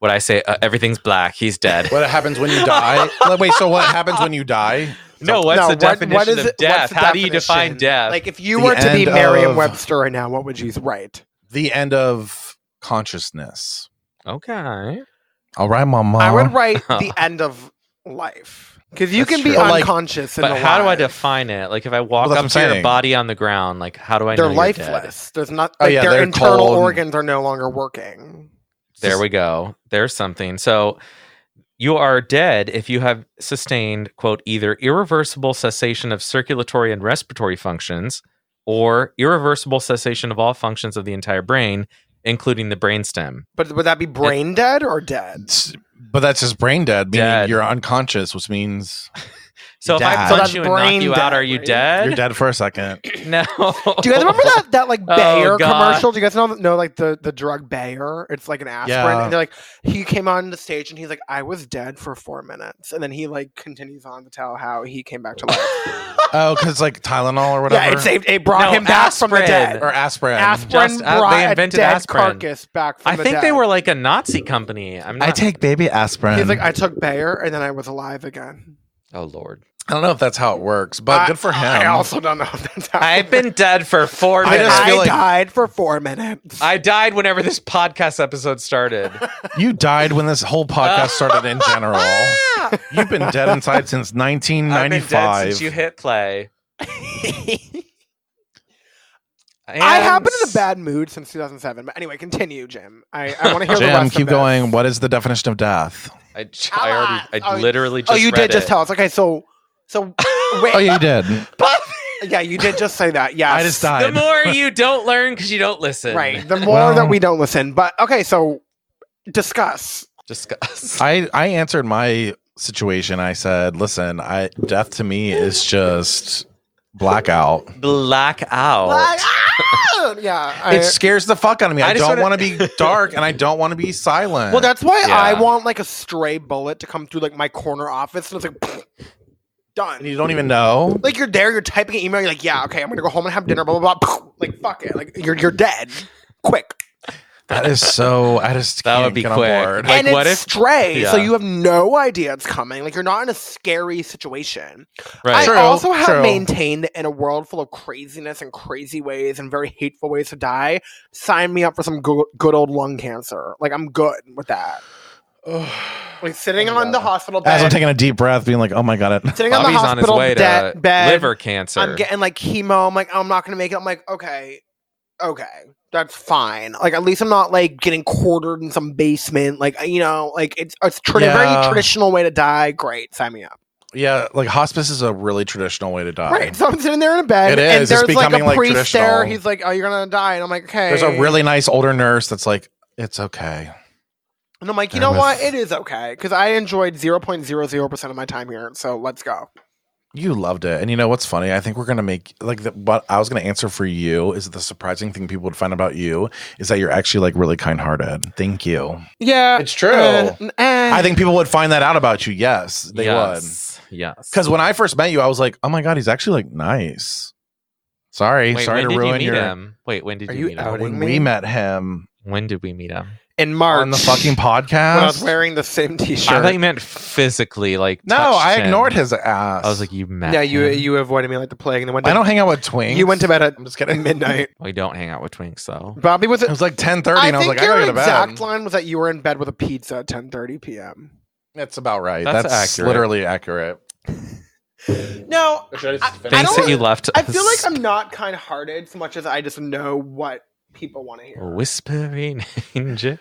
would I say uh, everything's black? He's dead. what happens when you die? Like, wait, so what happens when you die? no, what's No, the what- definition what is of it- what's death? the How do you define definition? death? Like if you The were to be end of- Merriam Webster right now, what would you write? The end of consciousness. okay, All right, mama. I would write the end of life. Because you Oh. That's can be true. But, like- unconscious and but how do I alive. define it? Like, if I walk Well, that's up what to I'm your saying. body on the ground, like, how do I they're know you're dead? lifeless. There's not Oh, like yeah, their they're internal cold. organs are no longer working. There we go. There's something. So you are dead if you have sustained, quote, either irreversible cessation of circulatory and respiratory functions or irreversible cessation of all functions of the entire brain, including the brainstem. But would that be brain dead or dead? It's- But that's just brain dead. Meaning Dead. you're unconscious, which means So if Dad. I So punch that's you and knock brain you dead, out, are you right? dead? you're dead for a second. No. Do you guys remember that that like Oh, Bayer God. commercial? Do you guys know know like the the drug Bayer? It's like an aspirin, Yeah. and they're like he came on the stage and he's like I was dead for four minutes, and then he like continues on to tell how he came back to life. Oh, because like Tylenol or whatever. yeah, it saved it brought No, him back from the aspirin. dead. or aspirin. aspirin Just- uh, brought they invented a dead aspirin. carcass back from I the think they dead. were like a Nazi company. I'm not. I take baby aspirin. He's like, I took Bayer and then I was alive again. oh, Lord. I don't know if that's how it works, but I- good for him. I also don't know if that's how I've been dead for four I I, minutes. just feel like- died for four minutes. I died whenever this podcast episode started. you died when this whole podcast started in general. You've been dead inside since I've been dead 1995. since you hit play. And I have been in a bad mood since 2007. But anyway, continue, Jim. I, I want to hear the Jim, rest keep of this. going. What is the definition of death? I, j- I already, I Oh, literally just. oh, you read did just it. tell us. Okay, so, so wait. Oh, you did. yeah, you did just say that. Yes. I just The died. more you don't learn because you don't listen. Right. The more Well- that we don't listen, but okay, so discuss. Discuss. I, I answered my situation. I said, listen, I death to me is just blackout. Black out. Like, ah! yeah. I- it scares the fuck out of me. I I, just don't want wanna- to be dark and I don't want to be silent. well, that's why Yeah. I want like a stray bullet to come through like my corner office, and it's like done. and you don't even know. like you're there, you're typing an email, you're like, yeah, okay, I'm gonna go home and have dinner, blah blah blah. Like fuck it, like you're you're dead, quick. That is so. I just That can't would be get quick. on board. Like, and what it's if- stray, so Yeah. you have no idea it's coming. Like you're not in a scary situation. Right. I True, also have true. maintained that in a world full of craziness and crazy ways and very hateful ways to die. Sign me up for some good, good old lung cancer. Like I'm good with that. Like sitting on the hospital As I'm bed, taking a deep breath, being like, "Oh my god, it, sitting on the Bobby's on his hospital way de- to bed, liver cancer. I'm getting like chemo. I'm like, I'm not gonna make it. I'm like, okay, okay. that's fine. Like at least I'm not like getting quartered in some basement. Like you know, like it's it's tra- a very Yeah. traditional way to die. Great, sign me up. Yeah, like hospice is a really traditional way to die. right, so I'm sitting there in a bed, It and is. It's there's like a becoming, like, priest there. traditional. He's like, "Oh, you're gonna die," and I'm like, "Okay." There's a really nice older nurse that's like, it's okay. and I'm like, you There know was- what? It is okay because I enjoyed 0.00 percent of my time here. So let's go. You loved it. And you know what's funny? I think we're going to make, like, the, what I was going to answer for you is the surprising thing people would find about you is that you're actually, like, really kind hearted. Thank you. Yeah, true. uh, n- eh. I think people would find that out about you. Yes, they would. yes. Yes. Because when I first met you, I was like, oh my God, he's actually, like, nice. Sorry. Wait, sorry to when did you ruin meet your. him? Wait, when did Are you, you meet him? outing When me? we met him When did we meet him? in March on the fucking when I was podcast. wearing the same I thought you T-shirt. meant physically, like no, touched I him. ignored his ass. I was like, you met. Yeah, you him? you avoided me like the plague, and then went. To, I don't hang out with twinks. You went to bed at I'm just kidding. midnight. We don't hang out with twinks though. Bobby was It was like 10:30, and I was think like, I your gotta go to exact bed. line was that you were in bed with a pizza at 10:30 p.m. That's about right. That's That's, accurate. literally accurate. No, I Things don't that wanna- you left. I feel like us. I'm not kind-hearted so much as I just know what people want to hear. whispering angel.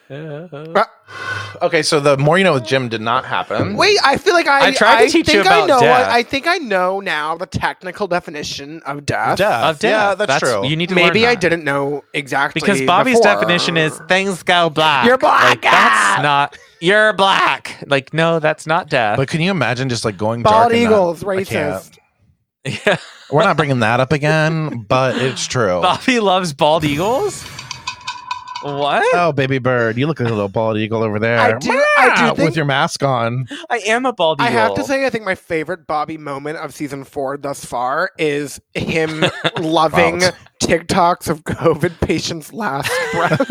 okay, so the more you know with Jim did not happen. Wait, I feel like I I tried to teach you think I about know death. I, think I know now the technical definition of death. Death. Of death. Yeah, that's, true. You need to Maybe learn I that. didn't know exactly because Bobby's before. definition is things go black. You're black, Like, that's ah! not. You're black. Like no, that's not death. but can you imagine just like going bald dark and not- eagles I can't. racist. yeah. We're not bringing that up again, but it's true. Bobby loves bald eagles. What? Uh, Oh, baby bird, you look like a little bald eagle over there. I do- I do Meow, think- with your mask on. I am a bald I eagle. have to say, I think my favorite Bobby moment of season four thus far is him loving Wow. TikToks of COVID patients' last breath.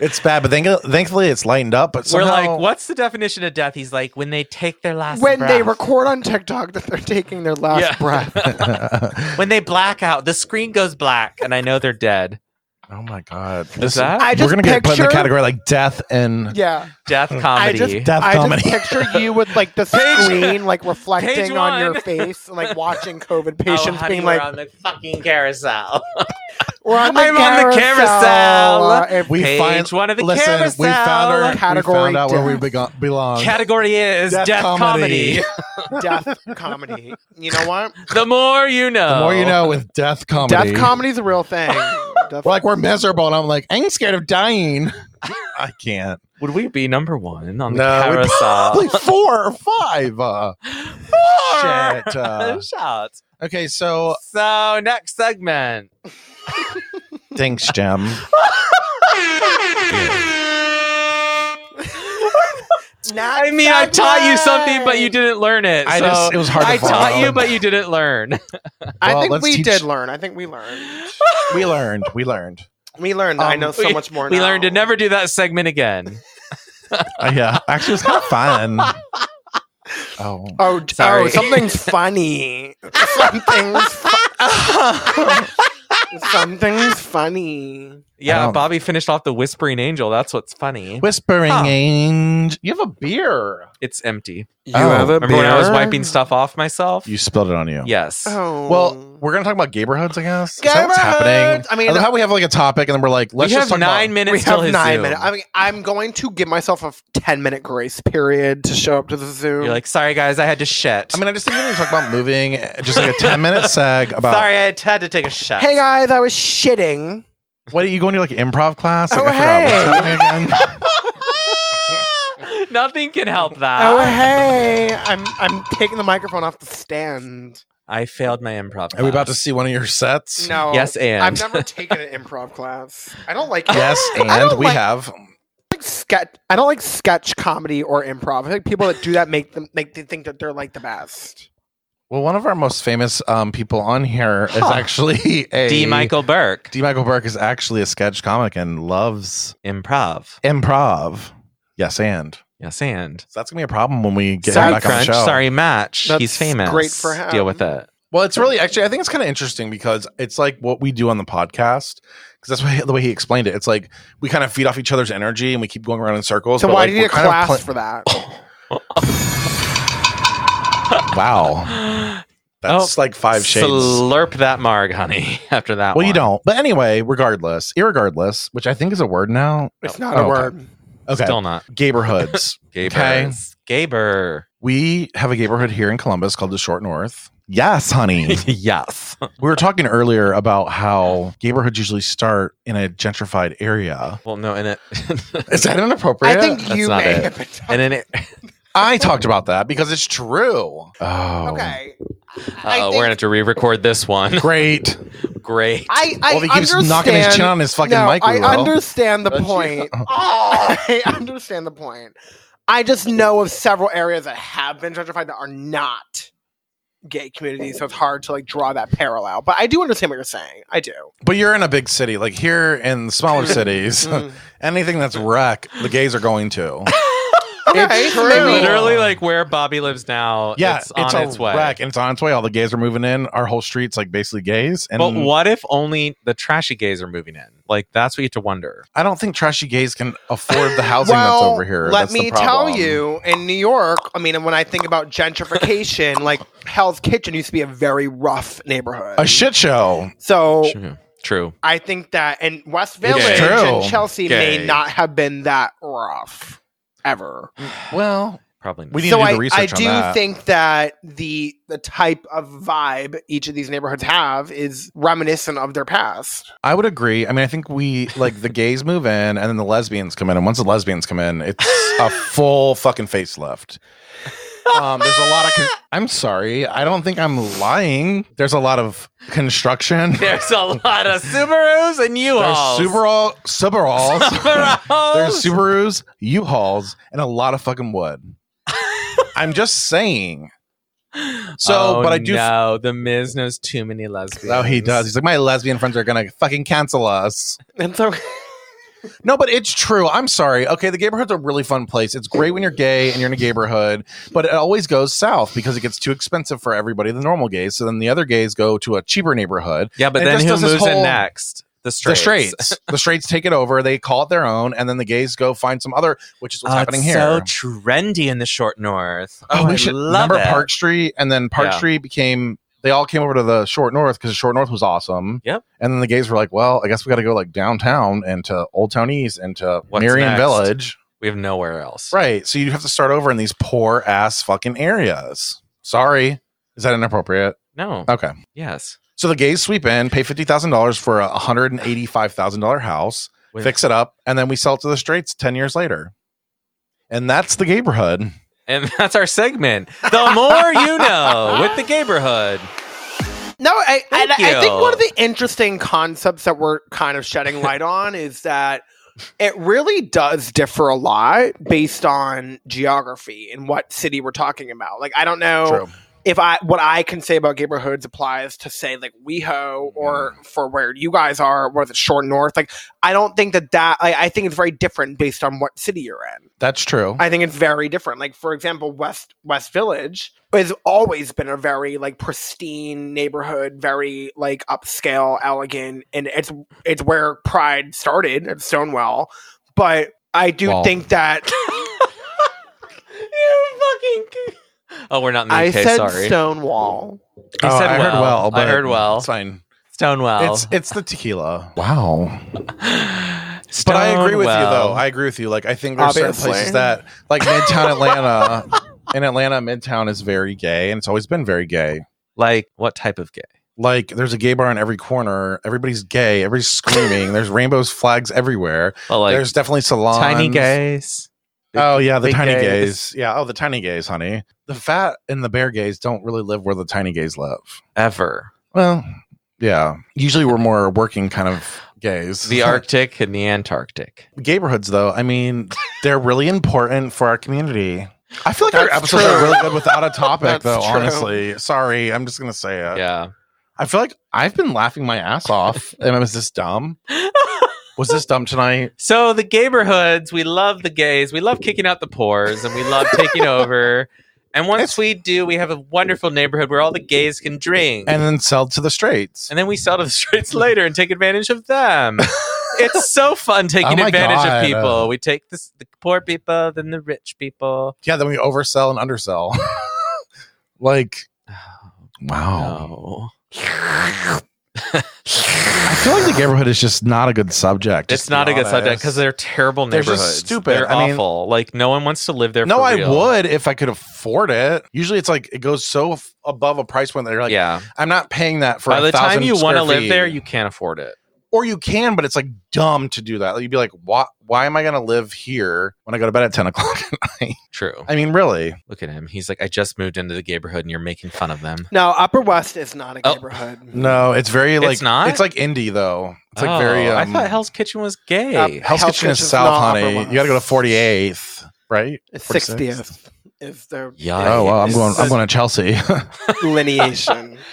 It's bad, but thank- thankfully it's lightened up. But We're somehow, like, what's the definition of death? He's like, when they take their last when they breath. record on TikTok that they're taking their last Yeah. breath. when they black out, the screen goes black, and I know they're dead. oh my god, Is that I we're just gonna get put in the picture- category like death and Yeah, death I comedy? just- death I comedy. just picture you with like the screen like reflecting on your one. face and like watching COVID Oh, patients honey, being we're like, on the fucking carousel. "We're on the I'm on carousel." the carousel. Uh, if- We Page find one of the listen, carousel. We found our Category We found out where we death. bego- belong. Category is death, Death comedy. Oh, comedy. death comedy. You know what? the more you know. the more you know with Oh. death comedy. Death comedy's a real thing. Death- We're like we're miserable, and I'm like, I ain't scared of dying. I can't. Would we be number one on the No, we carousel? Like four or five. Uh, Four shit. Uh, shots. okay, so So next segment. thanks, Jim. I mean, I taught you something, but you didn't learn it. I so just it was hard. To I taught follow. you, but you didn't learn. I Well, think let's we teach- did learn. I think we learned. we learned. We learned. We learned. I Um, know so we- much more. we now. learned to never do that segment again. Uh, yeah, actually, it was kind of fun. Oh, Oh, d- Sorry. oh, something's funny. something's fu- something's funny. I Yeah, don't- Bobby finished off the Whispering Angel. That's what's funny. whispering Huh. angel. You have a beer. It's empty. You Oh. have a Remember when I was wiping stuff off myself? You spilled it on you. yes. Oh. Well, we're gonna talk about neighborhoods, I guess. Is that what's happening? Neighborhoods! I mean- love how we have like a topic, and then we're like, let's we just have talk nine about. minutes we till have his nine Zoom. minutes. I mean, I'm going to give myself a ten minute grace period to show up to the Zoom. You're like, sorry guys, I had to shit. I mean, I just think we need to talk about moving, uh, just like a ten minute seg about. sorry, I had to take a shit. hey guys, I was shitting. What are you going to like improv class? Like, Oh, I forgot hey. what's happening again. Nothing can help that. Oh hey, I'm I'm taking the microphone off the stand. I failed my improv. Are we about to class. see one of your sets? No. Yes, and I've never taken an improv class. I don't like Yes, I and don't we like- have. like sketch. I don't like sketch comedy or improv. I think people that do that make them make they think that they're like the best. Well, one of our most famous um, people on here is actually a D. Michael Burke D. Michael Burke is actually a sketch comic and loves improv. improv. Yes, and Yes, and so that's gonna be a problem when we get him sorry back crunch, on the show. sorry match. That's He's famous. great for him. Deal with it. Well, it's really actually I think it's kind of interesting because it's like what we do on the podcast because that's why, the way he explained it. It's like we kind of feed off each other's energy and we keep going around in circles. So but, why like, do you need we're kind a of class pla- for that? Wow. That's like five shades. Slurp that marg, honey. After that, well, you one. don't. But anyway, regardless, irregardless, which I think is a word now. It's not Oh, a okay. word. Okay. Still not. Gaberhoods. Gaber. Okay. Gaber. we have a neighborhood here in Columbus called the Short North. Yes, honey. yes. we were talking earlier about how neighborhoods usually start in a gentrified area. Well, no, in it. Is that inappropriate? I think That's you not may it. have been talking. and in it. I talked about that because it's true. Oh, Okay. I Uh, think- we're gonna have to re-record this one. great. Great. I, I Well, he keeps understand. knocking his chin on his fucking no, mic. I Lilo. understand the Don't you? point. I understand the point. I just know of several areas that have been gentrified that are not gay communities, so it's hard to like draw that parallel. But I do understand what you're saying. I do. But you're in a big city, like here in smaller cities, Mm. anything that's wreck, the gays are going to. Okay, It's so true. maybe- Literally, like where Bobby lives now. Yeah, it's on a its, way. wreck, and it's on its way. All the gays are moving in. Our whole street's like basically gays. And But what if only the trashy gays are moving in? Like that's what you have to wonder. I don't think trashy gays can afford the housing well, that's over here. Let That's the me tell problem. you, in New York, I mean, and when I think about gentrification, like Hell's Kitchen used to be a very rough neighborhood. a shit show. so True. True. I think that and West Village true. and Chelsea Gay. may not have been that rough ever. Well, Probably. Not. we need so to do I, the research I on do that. think that the the type of vibe each of these neighborhoods have is reminiscent of their past. I would agree. I mean, I think we like the gays move in, and then the lesbians come in, and once the lesbians come in, it's a full fucking facelift. Um, there's a lot of. Con- I'm sorry. I don't think I'm lying. There's a lot of construction. There's a lot of Subarus and There's U-Hauls. Subaru, Subarus. Subarus. There's Subarus, U-Hauls, and a lot of fucking wood. I'm just saying. So, Oh, but I do. No, the Miz knows too many lesbians. Oh, he does. He's like, my lesbian friends are gonna fucking cancel us. And so No, but it's true. I'm sorry. Okay, the neighborhood's a really fun place. It's great when you're gay and you're in a neighborhood, but it always goes south because it gets too expensive for everybody, the normal gays. So then the other gays go to a cheaper neighborhood. Yeah, but And it then just who does this moves in whole- next? The The straights. straights. the straights take it over. They call it their own, and then the gays go find some other, which is what's Oh, happening it's here. So trendy in the short north. Oh, I love remember it. Park Street, and then Park Yeah. Street became. They all came over to the Short North because the Short North was awesome. Yep. And then the gays were like, "Well, I guess we got to go like downtown and to Old Town East and to What's Marion next? Village." We have nowhere else. Right. So you have to start over in these poor ass fucking areas. Sorry. Is that inappropriate? No. Okay. Yes. So the gays sweep in, pay fifty thousand dollars for a hundred and eighty five thousand dollar house, With- fix it up, and then we sell it to the straights ten years later. And that's the neighborhood. And that's our segment. The more you know with the neighborhood. No, I, I, Thank I think you. one of the interesting concepts that we're kind of shedding light on is that it really does differ a lot based on geography and what city we're talking about. Like, I don't Oh. know if I what I can say about neighborhoods applies to say like WeHo or Mm. for where you guys are, where the short north. Like, I don't think that that I, I think it's very different based on what city you're in. That's true. I think it's very different. Like for example, West West Village has always been a very like pristine neighborhood, very like upscale, elegant, and it's it's where Pride started at Stonewall. But I do Well. think that You fucking. Oh, we're not in the I UK. said sorry. Stonewall. He Oh, said I heard well. well, I but heard well. Oh. It's fine. Stonewell. It's it's the tequila. Wow. But Stonewell. I agree with you though. I agree with you. Like I think there's Obviously. certain places that like Midtown Atlanta. in Atlanta, Midtown is very gay and it's always been very gay. like what type of gay? Like there's a gay bar in every corner. Everybody's gay. Everybody's screaming. there's rainbows flags everywhere. Well, like there's definitely salons. tiny gays. Oh yeah, the Big tiny gays. gays. Yeah, oh the tiny gays, honey. The fat and the bear gays don't really live where the tiny gays live. Ever. Well, yeah. Usually we're more working kind of gays. The Arctic and the Antarctic. neighborhoods though i mean they're really important for our community i feel like our That's episodes true. are really good without a topic That's though true. honestly sorry i'm just gonna say it Yeah. i feel like i've been laughing my ass off and was this dumb was this dumb tonight So the neighborhoods, we love the gays, we love kicking out the pores, and we love taking over. And once we do, we have a wonderful neighborhood where all the gays can drink, and then sell to the straights and then we sell to the streets later and take advantage of them. it's so fun taking Oh my advantage God. of people. We take this, the poor people, then the rich people. yeah then we oversell and undersell like Wow. Oh, No. I feel like the neighborhood is just not a good subject. just It's to be not a good subject honest. because they're terrible They're just neighborhoods. stupid. They're I mean- awful. like no one wants to live there. no, for I real. would if I could afford it. Usually, it's like it goes so f- above a price point that you're like, yeah. I'm not paying that for. By a the time thousand you want square to live feet. there, you can't afford it. or you can, but it's like dumb to do that. Like, you'd be like, why? Why am I going to live here when I go to bed at ten o'clock at night? True. I mean, really? Look at him. He's like, I just moved into the neighborhood, and you're making fun of them. No, Upper West is not a Oh. neighborhood. No, it's very like not? like indie though. It's like Oh, very. Um, I thought Hell's Kitchen was gay. Uh, Hell's Hell's Kitchen is Kitchen's south, not honey. Upper West. You got to go to forty eighth, right? It's 46th. 60th is their Yikes. Oh well, I'm it's going. I'm a- going to Chelsea. lineation.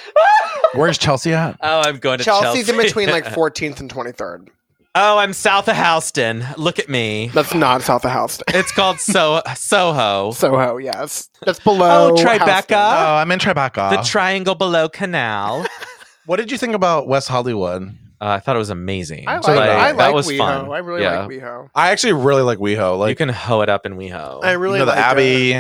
Where's Chelsea at? oh, I'm going to Chelsea's in Chelsea. between like 14th and 23rd. oh, I'm south of Houston. Look at me. That's not south of Houston. It's called so- Soho. Soho, oh, yes. That's below. Oh, Tribeca. Oh, I'm in Tribeca. the triangle below canal. what did you think about West Hollywood? Uh, I thought it was amazing. I like, So, like, I that like was WeHo. fun. I really Yeah. like WeHo. I actually really like WeHo. Like you can hoe it up in WeHo. I I, really you know, the like Abbey.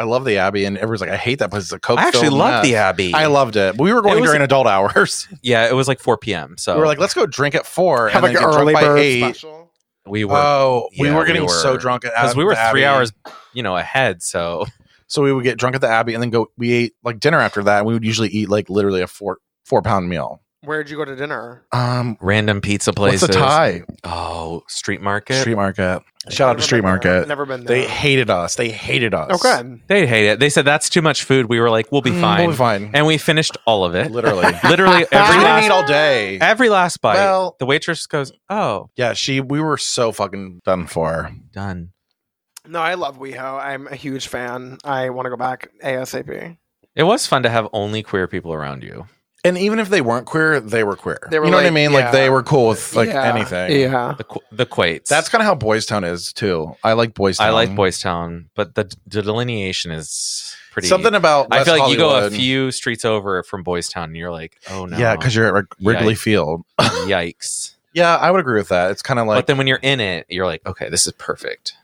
I love the Abbey, and everyone's like, I hate that place. It's a coke. actually loved the Abbey. I loved it. We were It going was- during adult hours. yeah, it was like 4 p.m. So we were like, let's go drink at four. It. Have and like then an get drunk early by bird eight. special. we were Oh, we yeah, were getting we so were. drunk at because we at were the Abbey. three hours, you know, ahead. So So we would get drunk at the Abbey and then go. We ate like dinner after that. And we would usually eat like literally a four four pound meal. Where'd you go to dinner? Um, random pizza places. what's the tie? Oh, street market. Street Market. Shout out to Never Street been there. Market. Never been there. They hated us. They hated us. Oh, good. They hate it. They said that's too much food. We were like, we'll be Mm, fine, We'll be fine. and we finished all of it. Literally. Literally. Literally we every didn't eat last, all day. every last bite. Well, the waitress goes, "Oh, yeah, she. We were so fucking done for. done." No, I love WeHo. I'm a huge fan. I want to go back ASAP. It was fun to have only queer people around you. And even if they weren't queer, they were queer. They were you know what I like- mean? yeah. Like they were cool with like Yeah. anything. Yeah. The qu- the Quates. That's kind of how Boys Town is too. I like Boys Town. I like Boys Town, but the d- delineation is pretty. Something about I West feel like you go a Hollywood- few streets over from Boys Town, and you're like, "Oh no, Yeah, because you're at Wrigley Yikes. Field. yikes." Yeah, I would agree with that. It's kind of like but then when you're in it, you're like, "Okay, this is perfect."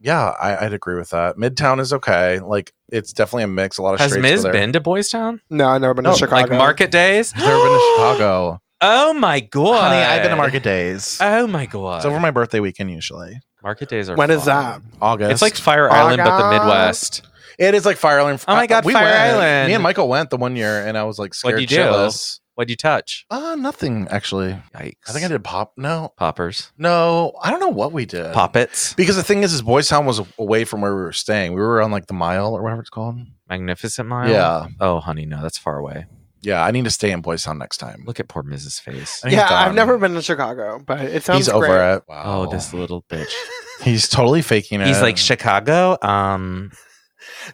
yeah, I, I'd agree with that. Midtown is okay. Like it's definitely a mix. A lot of Has straights Miz go there. been to Boys Town? Oh, No, I've never been No, to Chicago. Like market days? She's never been to Chicago. Oh my god, Honey, I've been to Market Days. Oh my god, It's over my birthday weekend usually. market days are. When When is is that? August. It's like Fire Island, but the August. Midwest. it is like Fire Island. Oh my God, Fire went. Island. Me and Michael went the one year, and I was like scared What'd you do? shitless. What'd you touch? Uh, nothing actually. Yikes! I think I did pop. No, poppers, no, I don't know what we did. poppets, Because the thing is, is Boys Town was away from where we were staying. We were on like the mile or whatever it's called. magnificent mile. Yeah, Oh, honey, no, that's far away. yeah. I need to stay in Boys Town next time. Look at poor Mrs. Face. I think Yeah, he's I've done. never been to Chicago, but it sounds He's over great. it. Wow. Oh, this little bitch. He's totally faking it. He's like Chicago. Um,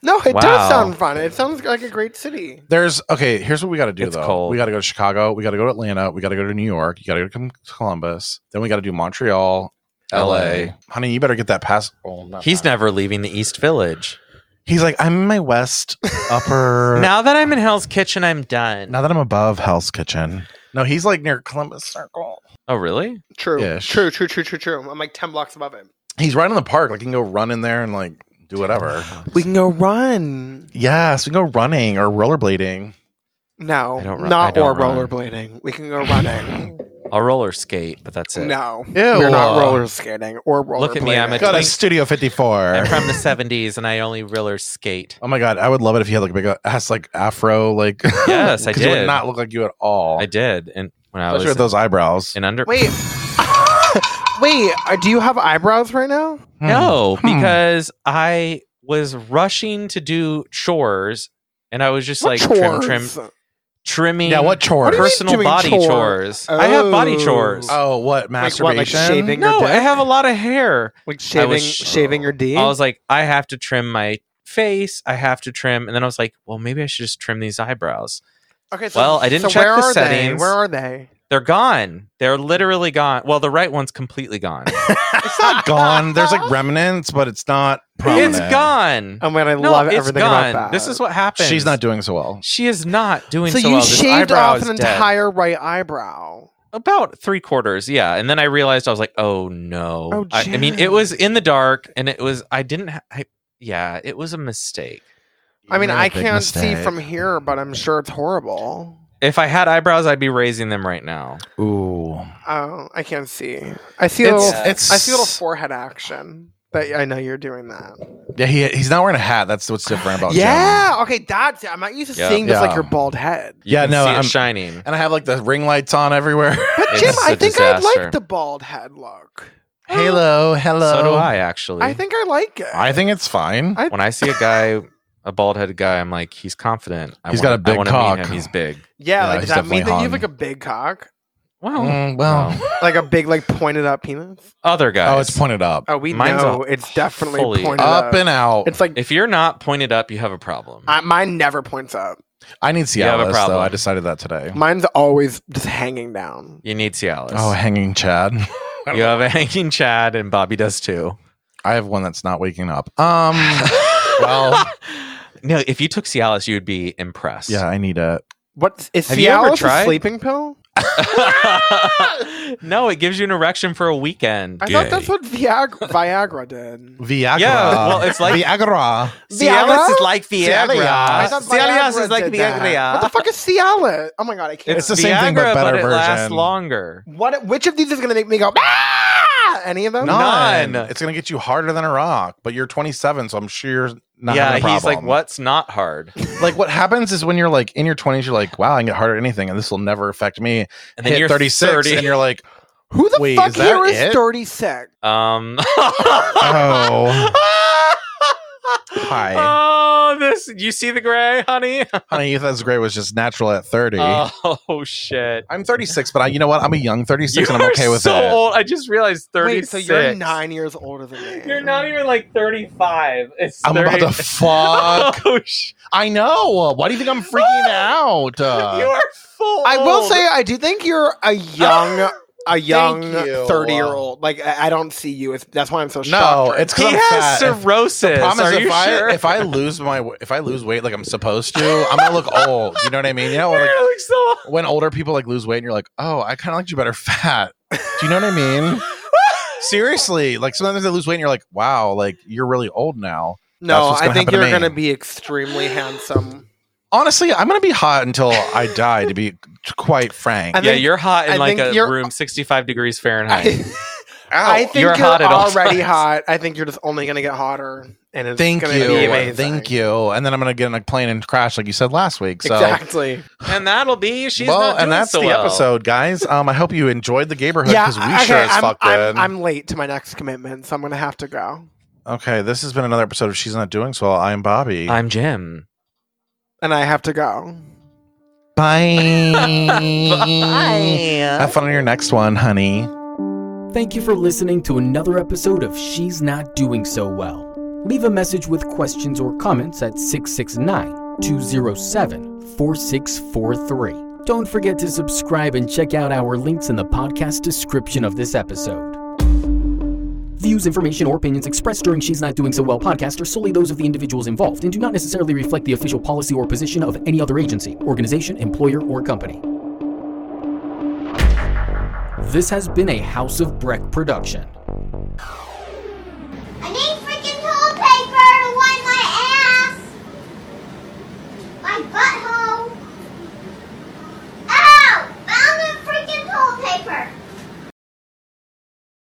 No, it Wow. does sound fun. It sounds like a great city. There's okay. Here's what we got to do It's though. cold. We got to go to Chicago. We got to go to Atlanta. We got to go to New York. You got to go to Com- Columbus. Then we got to do Montreal, LA. LA. Honey, you better get that pass. Oh, not he's that. never leaving the East Village. He's like I'm in my west upper. now, Now that I'm in Hell's Kitchen, I'm done. that I'm above Hell's Kitchen. No, he's like near Columbus Circle. oh, really? True. Ish. True, true, true, true, true. I'm like 10 blocks above it. He's right in the park. Like you can go run in there and like do whatever. We can go run. yes, we can go running or rollerblading. No, I don't run- I not don't or run. rollerblading. We can go running. I'll roller skate, but that's it. no, Ew. we're not roller skating or rollerblading. Look at me, I'm a Go to Like- Studio 54. I'm from the '70s, and I only roller skate. Oh my god, I would love it if you had like a big uh, ass like afro like Yes, I 'cause You did. would not look like you at all. I did, and when I Especially was with those eyebrows. in under. Wait. Wait, uh, do you have eyebrows right now? No, Hmm. because I was rushing to do chores and I was just like trim, trim, chores? trimming. Yeah, what chore? do you mean personal doing body chores? chores? I have body Oh. chores. oh, what Like what, like masturbation? shaving your no, I dick? have a lot of hair. Like I shaving, was- shaving your D? I was like, I have to trim my face. I have to trim, and then I was like, well, maybe I should just trim these eyebrows. okay, well, I didn't check where the are settings. They? Where are they? They're gone. They're literally gone. Well, the right one's completely gone. It's not gone. There's like remnants, but it's not prominent. it's gone. Oh man, I no, love it's everything gone. about that. This is what happened. She's not doing so well. She is not doing So so, you well. This shaved eyebrow off is an dead. entire right eyebrow. about three quarters yeah and then i realized i was like oh no Oh, I, I mean it Jen. was in the dark and it was i didn't ha- I, yeah it was a mistake I mean, made a I big can't see mistake. from here, but I'm sure it's horrible. If I had eyebrows, I'd be raising them right now. Ooh, Oh, I can't see. I see a it's, little. it's I see a little forehead action. But I know you're doing that. yeah. He, he's not wearing a hat. That's what's different about Jen. yeah. Okay. That's. I'm not used to Yeah. seeing just like Yeah. your bald head. You Yeah, can no, see it I'm- shining. And I have like the ring lights on everywhere. But It's Jim, I a think I disaster. like the bald head look. hello, hello. So do I actually. I think I like it. I think it's fine. I- when I see a guy, a bald headed guy, I'm like, he's confident. I He's wanna- got a big I wanna meet cock. him. He's big. yeah, Yeah, like he's does that mean definitely that you have hung. like a big cock, Well, Mm, well, well, like a big like pointed up penis? other guys. oh, it's pointed up, Oh, we Mine's know up it's definitely fully pointed up. up and out. it's like if you're not pointed up, you have a problem. I, mine never points up. I need You have a Cialis problem. though. I decided that today. Mine's always just hanging down. you need Cialis. Oh, hanging Chad. you have a hanging Chad, and Bobby does too. I have one that's not waking up. Um, well, no, if you took Cialis, you would be impressed. yeah, I need it. What is Have you ever Cialis tried? a sleeping pill? no, it gives you an erection for a weekend. I thought that's what Viagra, Viagra did. Viagra. Yeah, well, it's like- Viagra. Cialis Viagra? is like Cialis. I Viagra. thought Cialis Viagra is like did that. What the Viagra. fuck is Cialis? Oh my god, I can't. It's the same thing, but Viagra, better it lasts version. longer. what? Which of these is gonna make me go? "Ah!" Any of them? None. None. It's gonna get you harder than a rock, but you're 27, so I'm sure you're not. yeah, having a problem. he's like, what's not hard? Like what happens is when you're like in your 20s, you're like, wow, I can get harder at anything, and this will never affect me. And then Hit you're 36, 30. and you're like, Who the Wait, fuck is that here is it? 36? Um. oh, hi, Oh, this. You see the gray, honey? honey, youth as gray was just natural at 30. Oh shit. I'm 36, but I, you know what? I'm a young 36, You and I'm are okay with so it. old. I just realized thirty. Wait, so you're nine years older than me. You're not even like thirty-five. It's I'm 30. about to fuck. Oh, sh- I know. Why do you think I'm freaking out? Uh, you are full. I will old. say I do think you're a young a young you. 30 year old. Like I I don't see you as that's why I'm so shocked. no, it's he because I'm has fat. If- cirrhosis. promise Are if you I sure? if I lose my if I lose weight like I'm supposed to, I'm gonna look old. You know what I mean? You know, like You're, like, so old. when older people like lose weight, and you're like, oh, I kind of liked you better fat. Do you know what I mean? Seriously, like sometimes they lose weight, and you're like, wow, like you're really old now. That's no, what's I gonna think happen to you're me. going to be extremely handsome. Honestly, I'm gonna be hot until I die. To be quite frank, I yeah, think- you're hot in I like think a you're- room sixty-five degrees Fahrenheit. I, I think You're you're, hot at all already times. hot. I think you're just only going to get hotter and it's thank going to be you, amazing. thank you. And then I'm gonna get in a plane and crash, like you said last week. So. Exactly. and that'll be she's well, not doing and that's so the well. episode, guys. Um, I hope you enjoyed the Gaberhood because we okay, sure as I'm, fuck did. I'm, I'm late to my next commitment, so I'm going to have to go. okay, this has been another episode of She's Not Doing So Well. I'm Bobby. I'm Jim. And I have to go. Bye. Have fun on your next one, honey. Thank you for listening to another episode of She's Not Doing So Well. Leave a message with questions or comments at 669 207 4643. Don't forget to subscribe and check out our links in the podcast description of this episode. Views, information, or opinions expressed during She's Not Doing So Well podcast are solely those of the individuals involved and do not necessarily reflect the official policy or position of any other agency, organization, employer, or company. This has been a House of Breck production.